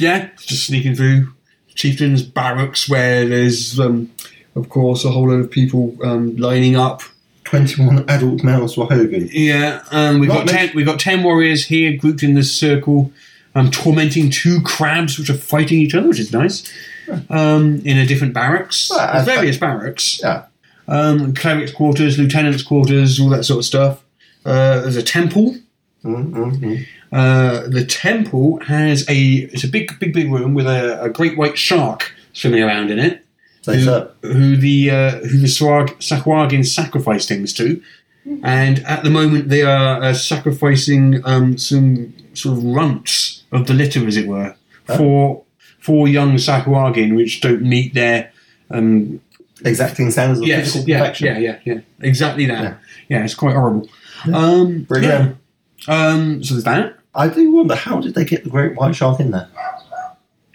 C: Yeah, just sneaking through chieftains' barracks where there's, um, of course, a whole lot of people um, lining up.
D: 21 adult males were Hogan.
C: Yeah, um, we've
D: Not
C: got
D: much-
C: ten, we've got ten warriors here grouped in this circle, um, tormenting two crabs which are fighting each other, which is nice. Um, in a different barracks,
D: Well, I-
C: There's various barracks.
D: Yeah.
C: um, cleric's quarters, lieutenant's quarters, all that sort of stuff. Uh, there's a temple.
D: Mm-mm-mm.
C: Uh, the temple has a it's a big, big, big room with a, a great white shark swimming around in it.
D: Say so.
C: Who the uh, who the Swag, Sakwargin sacrificed things to, and at the moment they are uh, sacrificing um, some sort of runts of the litter, as it were, for for young Sakwargin which don't meet their um,
D: Exacting standards of physical
C: yeah,
D: perfection.
C: yeah, yeah, yeah, exactly that. Yeah, it's quite horrible. Um,
D: Very
C: yeah.
D: grim.
C: um, so there's that.
D: I do wonder how did they get the great white shark in there?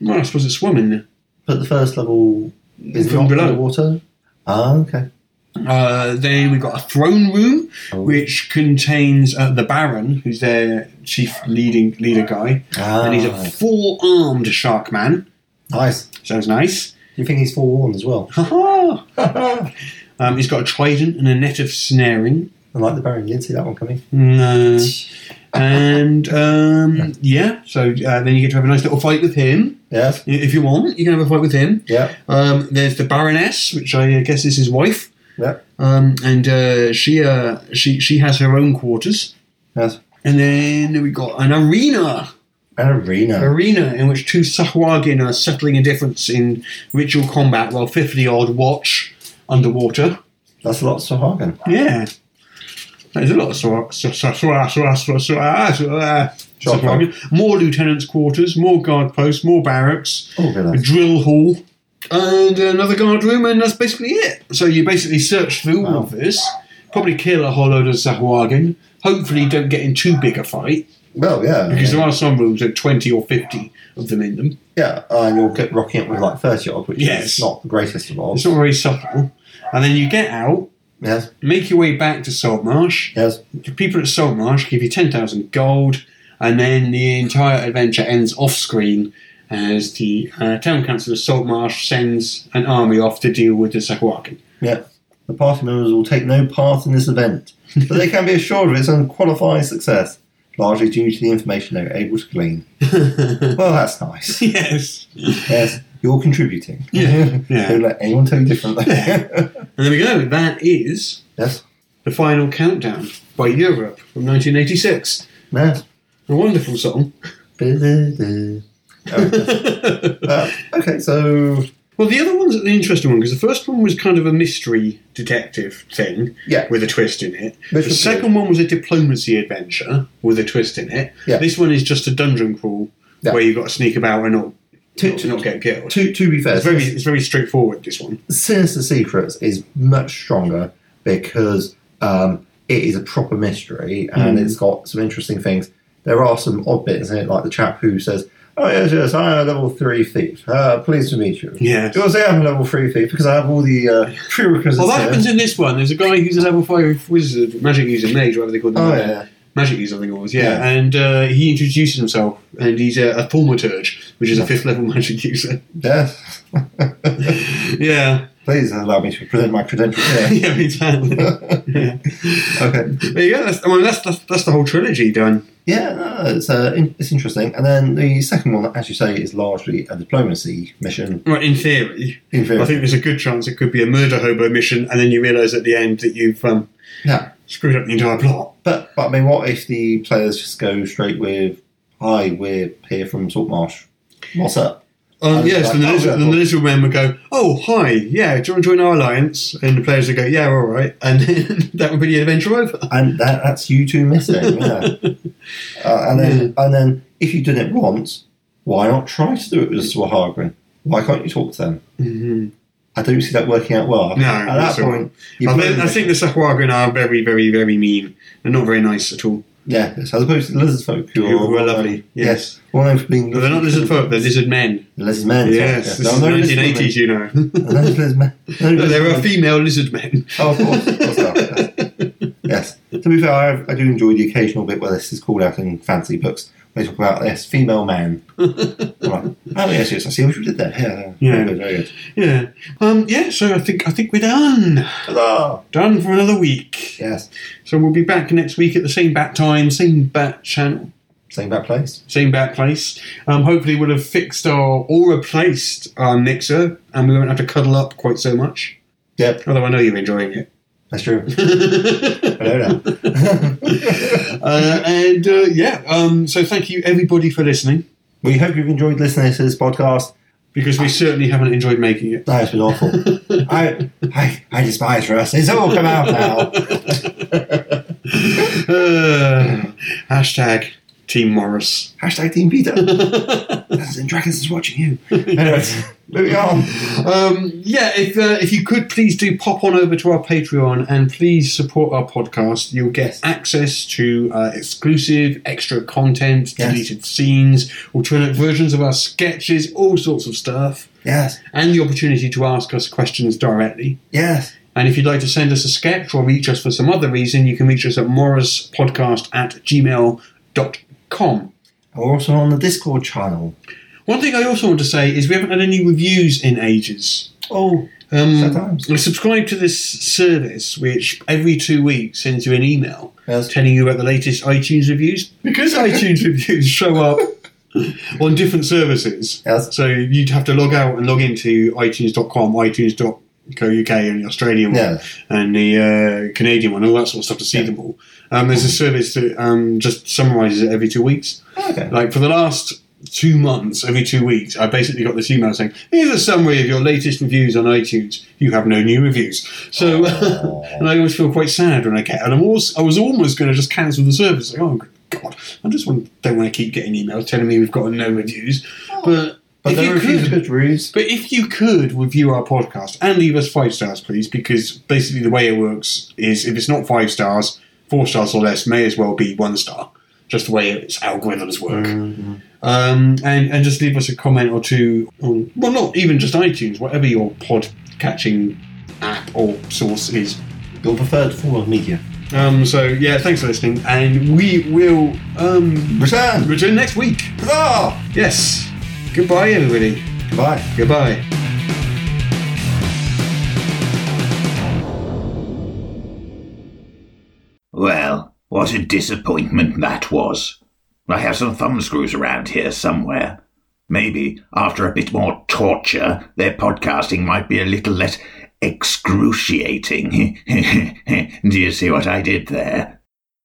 C: Well, I suppose it's swimming.
D: But the first level is
C: From
D: not
C: below.
D: underwater. Ah, okay.
C: Uh, then we've got a throne room,
D: Oh.
C: which contains uh, the Baron, who's their chief leading leader guy,
D: Ah,
C: and he's a four-armed shark man.
D: nice.
C: Sounds nice.
D: You think he's forewarned as well?
C: Ha-ha.
D: and
C: um, he's got a trident and a net of snaring.
D: like the Baron, you didn't see that one coming.
C: No. uh, And um, yeah, so uh, then you get to have a nice little fight with him.
D: Yes.
C: If you want, you can have a fight with him.
D: Yeah.
C: Um, there's the Baroness, which I uh, guess is his wife,
D: Yeah.
C: um, and uh, she uh, she she has her own quarters.
D: Yes.
C: And then we got an arena,
D: An arena.
C: arena in which two Sahwagin are settling a difference in ritual combat while fifty odd watch underwater.
D: That's lots of Hagen.
C: Yeah, there's a lot of Sahwagin.
D: Sure.
C: More lieutenants' quarters, more guard posts, more barracks
D: Oh, good.
C: a
D: lad.
C: drill hall, and another guard room, and that's basically it. So you basically search through all of this, probably kill a whole load of Zahuagin. Hopefully, don't get in too big a fight
D: Well, yeah.
C: because there are some rooms with twenty or fifty of them in them.
D: Yeah. Uh, and you'll get rocking up with like 30 odd, which
C: Yes.
D: is not the greatest of all.
C: It's not very subtle. And then you get out,
D: Yes.
C: make your way back to Saltmarsh.
D: Yes.
C: The people at Saltmarsh give you ten thousand gold, and then the entire adventure ends off screen. As the uh, town council of Saltmarsh sends an army off to deal with the Zahuagin.
D: Yeah. The party members will take no part in this event, but they can be assured of its unqualified success, largely due to the information they were able to glean. well, that's
C: *laughs*
D: nice.
C: Yes.
D: Yes, you're contributing.
C: Yeah,
D: *laughs*
C: yeah.
D: Don't let anyone tell
C: *laughs*
D: you differently.
C: And there we go. That is
D: *laughs* yes.
C: The Final Countdown by Europe from 1986.
D: Yes.
C: A wonderful song.
D: Ba-da-da. Uh, okay, so
C: Well, the other one's the interesting one because the first one was kind of a mystery detective thing
D: Yeah.
C: with a twist in it.
D: Which
C: the
D: was
C: second one was a diplomacy adventure with a twist in it.
D: Yeah.
C: This one is just a dungeon crawl
D: Yeah.
C: where you've got to sneak about and not,
D: to,
C: not, to not
D: to,
C: get killed.
D: to, to be fair,
C: it's very, it's very straightforward. This one,
D: Sinister Secrets is much stronger because um, it is a proper mystery and
C: Hmm.
D: it's got some interesting things. There are some odd bits in it, like the chap who says, Oh, yes, yes, I am a level three thief. Uh, pleased to meet you.
C: Yes.
D: You will say I'm a level three thief because I have all the uh, prerequisites.
C: Well, that
D: here."
C: happens in this one. There's a guy who's a level five wizard, magic user, mage, whatever they call them.
D: Oh, yeah.
C: Magic user, I think it was. Yeah,
D: Yeah.
C: and uh, he introduces himself, and he's a, a thaumaturge, which is a fifth level *laughs* magic user.
D: Yes.
C: Yeah,
D: *laughs* Please allow me to present my credentials here.
C: *laughs* yeah, exactly. yeah.
D: okay.
C: But yeah, that's, I mean, that's, that's that's the whole trilogy done.
D: Yeah, no, it's, uh, in- it's interesting. And then the second one, as you say, is largely a diplomacy mission.
C: Right, in theory,
D: In
C: I
D: theory.
C: think there's a good chance it could be a murder hobo mission, and then you realise at the end that you've um,
D: Yeah.
C: screwed up the entire plot.
D: But, but I mean, what if the players just go straight with, hi, we're here from Saltmarsh. What's up?
C: Um,
D: And
C: yes,
D: it's
C: the,
D: like,
C: militia, the
D: oh, well.
C: militia men would go, "Oh, hi, yeah, do you want to join our alliance?" And the players would go, "Yeah, all right," and then *laughs* that would be the adventure over.
D: and that, that's you two
C: *laughs*
D: missing. Yeah. uh, and then, and then, if you did it once, why not try to do it with the Swahagrin? Why can't you talk to them?
C: Mm-hmm.
D: I don't see that working out well.
C: No,
D: at that
C: that's all
D: point, you
C: I,
D: probably-
C: mean, I think the Sahuagin are very, very, very mean. They're not very nice at all.
D: yeah, as opposed to the lizard folk who,
C: Who
D: are
C: were
D: well known-
C: lovely, yes.
D: well known for being
C: But they're not lizard folk; they're lizard men.
D: The lizard men.
C: Yes, this
D: No,
C: is
D: no lizard
C: nineteen eighties, you know. *laughs*
D: men. No lizard men. No
C: But *laughs*
D: lizard
C: there are
D: men.
C: female lizard men.
D: Oh, of course, of course there are, yes. yes. To be fair, I, have, I do enjoy the occasional bit where this is called out in fantasy books. They talk about this female man. I'm like, oh yes, yes, I see what you did there. Yeah, yeah.
C: Yeah.
D: Very good, very good.
C: Yeah, um, yeah. So I think I think we're done.
D: Ta-da!
C: Done for another week.
D: Yes,
C: So we'll be back next week at the same bat time, same bat channel.
D: same bad place.
C: same bad place. Um, hopefully, we'll have fixed our or replaced our mixer, and we won't have to cuddle up quite so much.
D: Yep,
C: Although I know you're enjoying it.
D: that's true. I know that.
C: Uh, and uh, yeah, um, so thank you everybody for listening
D: we hope you've enjoyed listening to this podcast.
C: because we certainly haven't enjoyed making it.
D: That has been awful. I, I, I despise Russ. It's all come out now.
C: Uh, hashtag Team Morris.
D: Hashtag Team Peter. Dungeons and Dragons is watching you. Anyways, moving on.
C: Um, yeah, if uh, if you could please do pop on over to our Patreon and please support our podcast. You'll get access to uh, exclusive extra content,
D: Yes.
C: deleted scenes, alternate versions of our sketches, all sorts of stuff,
D: Yes,
C: and the opportunity to ask us questions directly.
D: yes.
C: And if you'd like to send us a sketch or reach us for some other reason, you can reach us at morrispodcast at gmail.com.
D: We're also on the Discord channel.
C: One thing I also want to say is we haven't had any reviews in ages.
D: Oh,
C: Um,
D: Sometimes.
C: subscribe to this service, which every two weeks sends you an email
D: Yes.
C: telling you about the latest iTunes reviews. Because *laughs* iTunes reviews show up on different services,
D: Yes.
C: so you'd have to log out and log into iTunes.com, iTunes.co.uk, and the Australian one,
D: Yeah.
C: and the uh, Canadian one, all that sort of stuff to see them all. Um, there's a service that um, just summarises it every two weeks.
D: Okay.
C: Like for the last two months, every two weeks, I basically got this email saying, "Here's a summary of your latest reviews on iTunes. You have no new reviews." So, *laughs*
D: Aw.
C: and I always feel quite sad when I get. And I'm also, I was almost going to just cancel the service. Like, oh good God, I just want, don't want to keep getting emails telling me we've got no reviews. But,
D: Oh. But
C: if
D: there
C: you
D: are a few
C: could.
D: good reviews.
C: But if you could review our podcast and leave us five stars, please, because basically the way it works is if it's not five stars, four stars or less may as well be one star, just the way its algorithms work. Um, and, and just leave us a comment or two on, well, not even just iTunes, whatever your pod catching app or source is.
D: Your preferred form of media.
C: Um, so, yeah, thanks for listening, and we will um,
D: Return!
C: return next week. Ah,
D: Huzzah!
C: Yes. Goodbye, everybody.
D: Goodbye.
C: Goodbye.
A: Well, what a disappointment that was. I have some thumbscrews around here somewhere. Maybe, after a bit more torture, their podcasting might be a little *laughs* less excruciating. Do you see what I did there?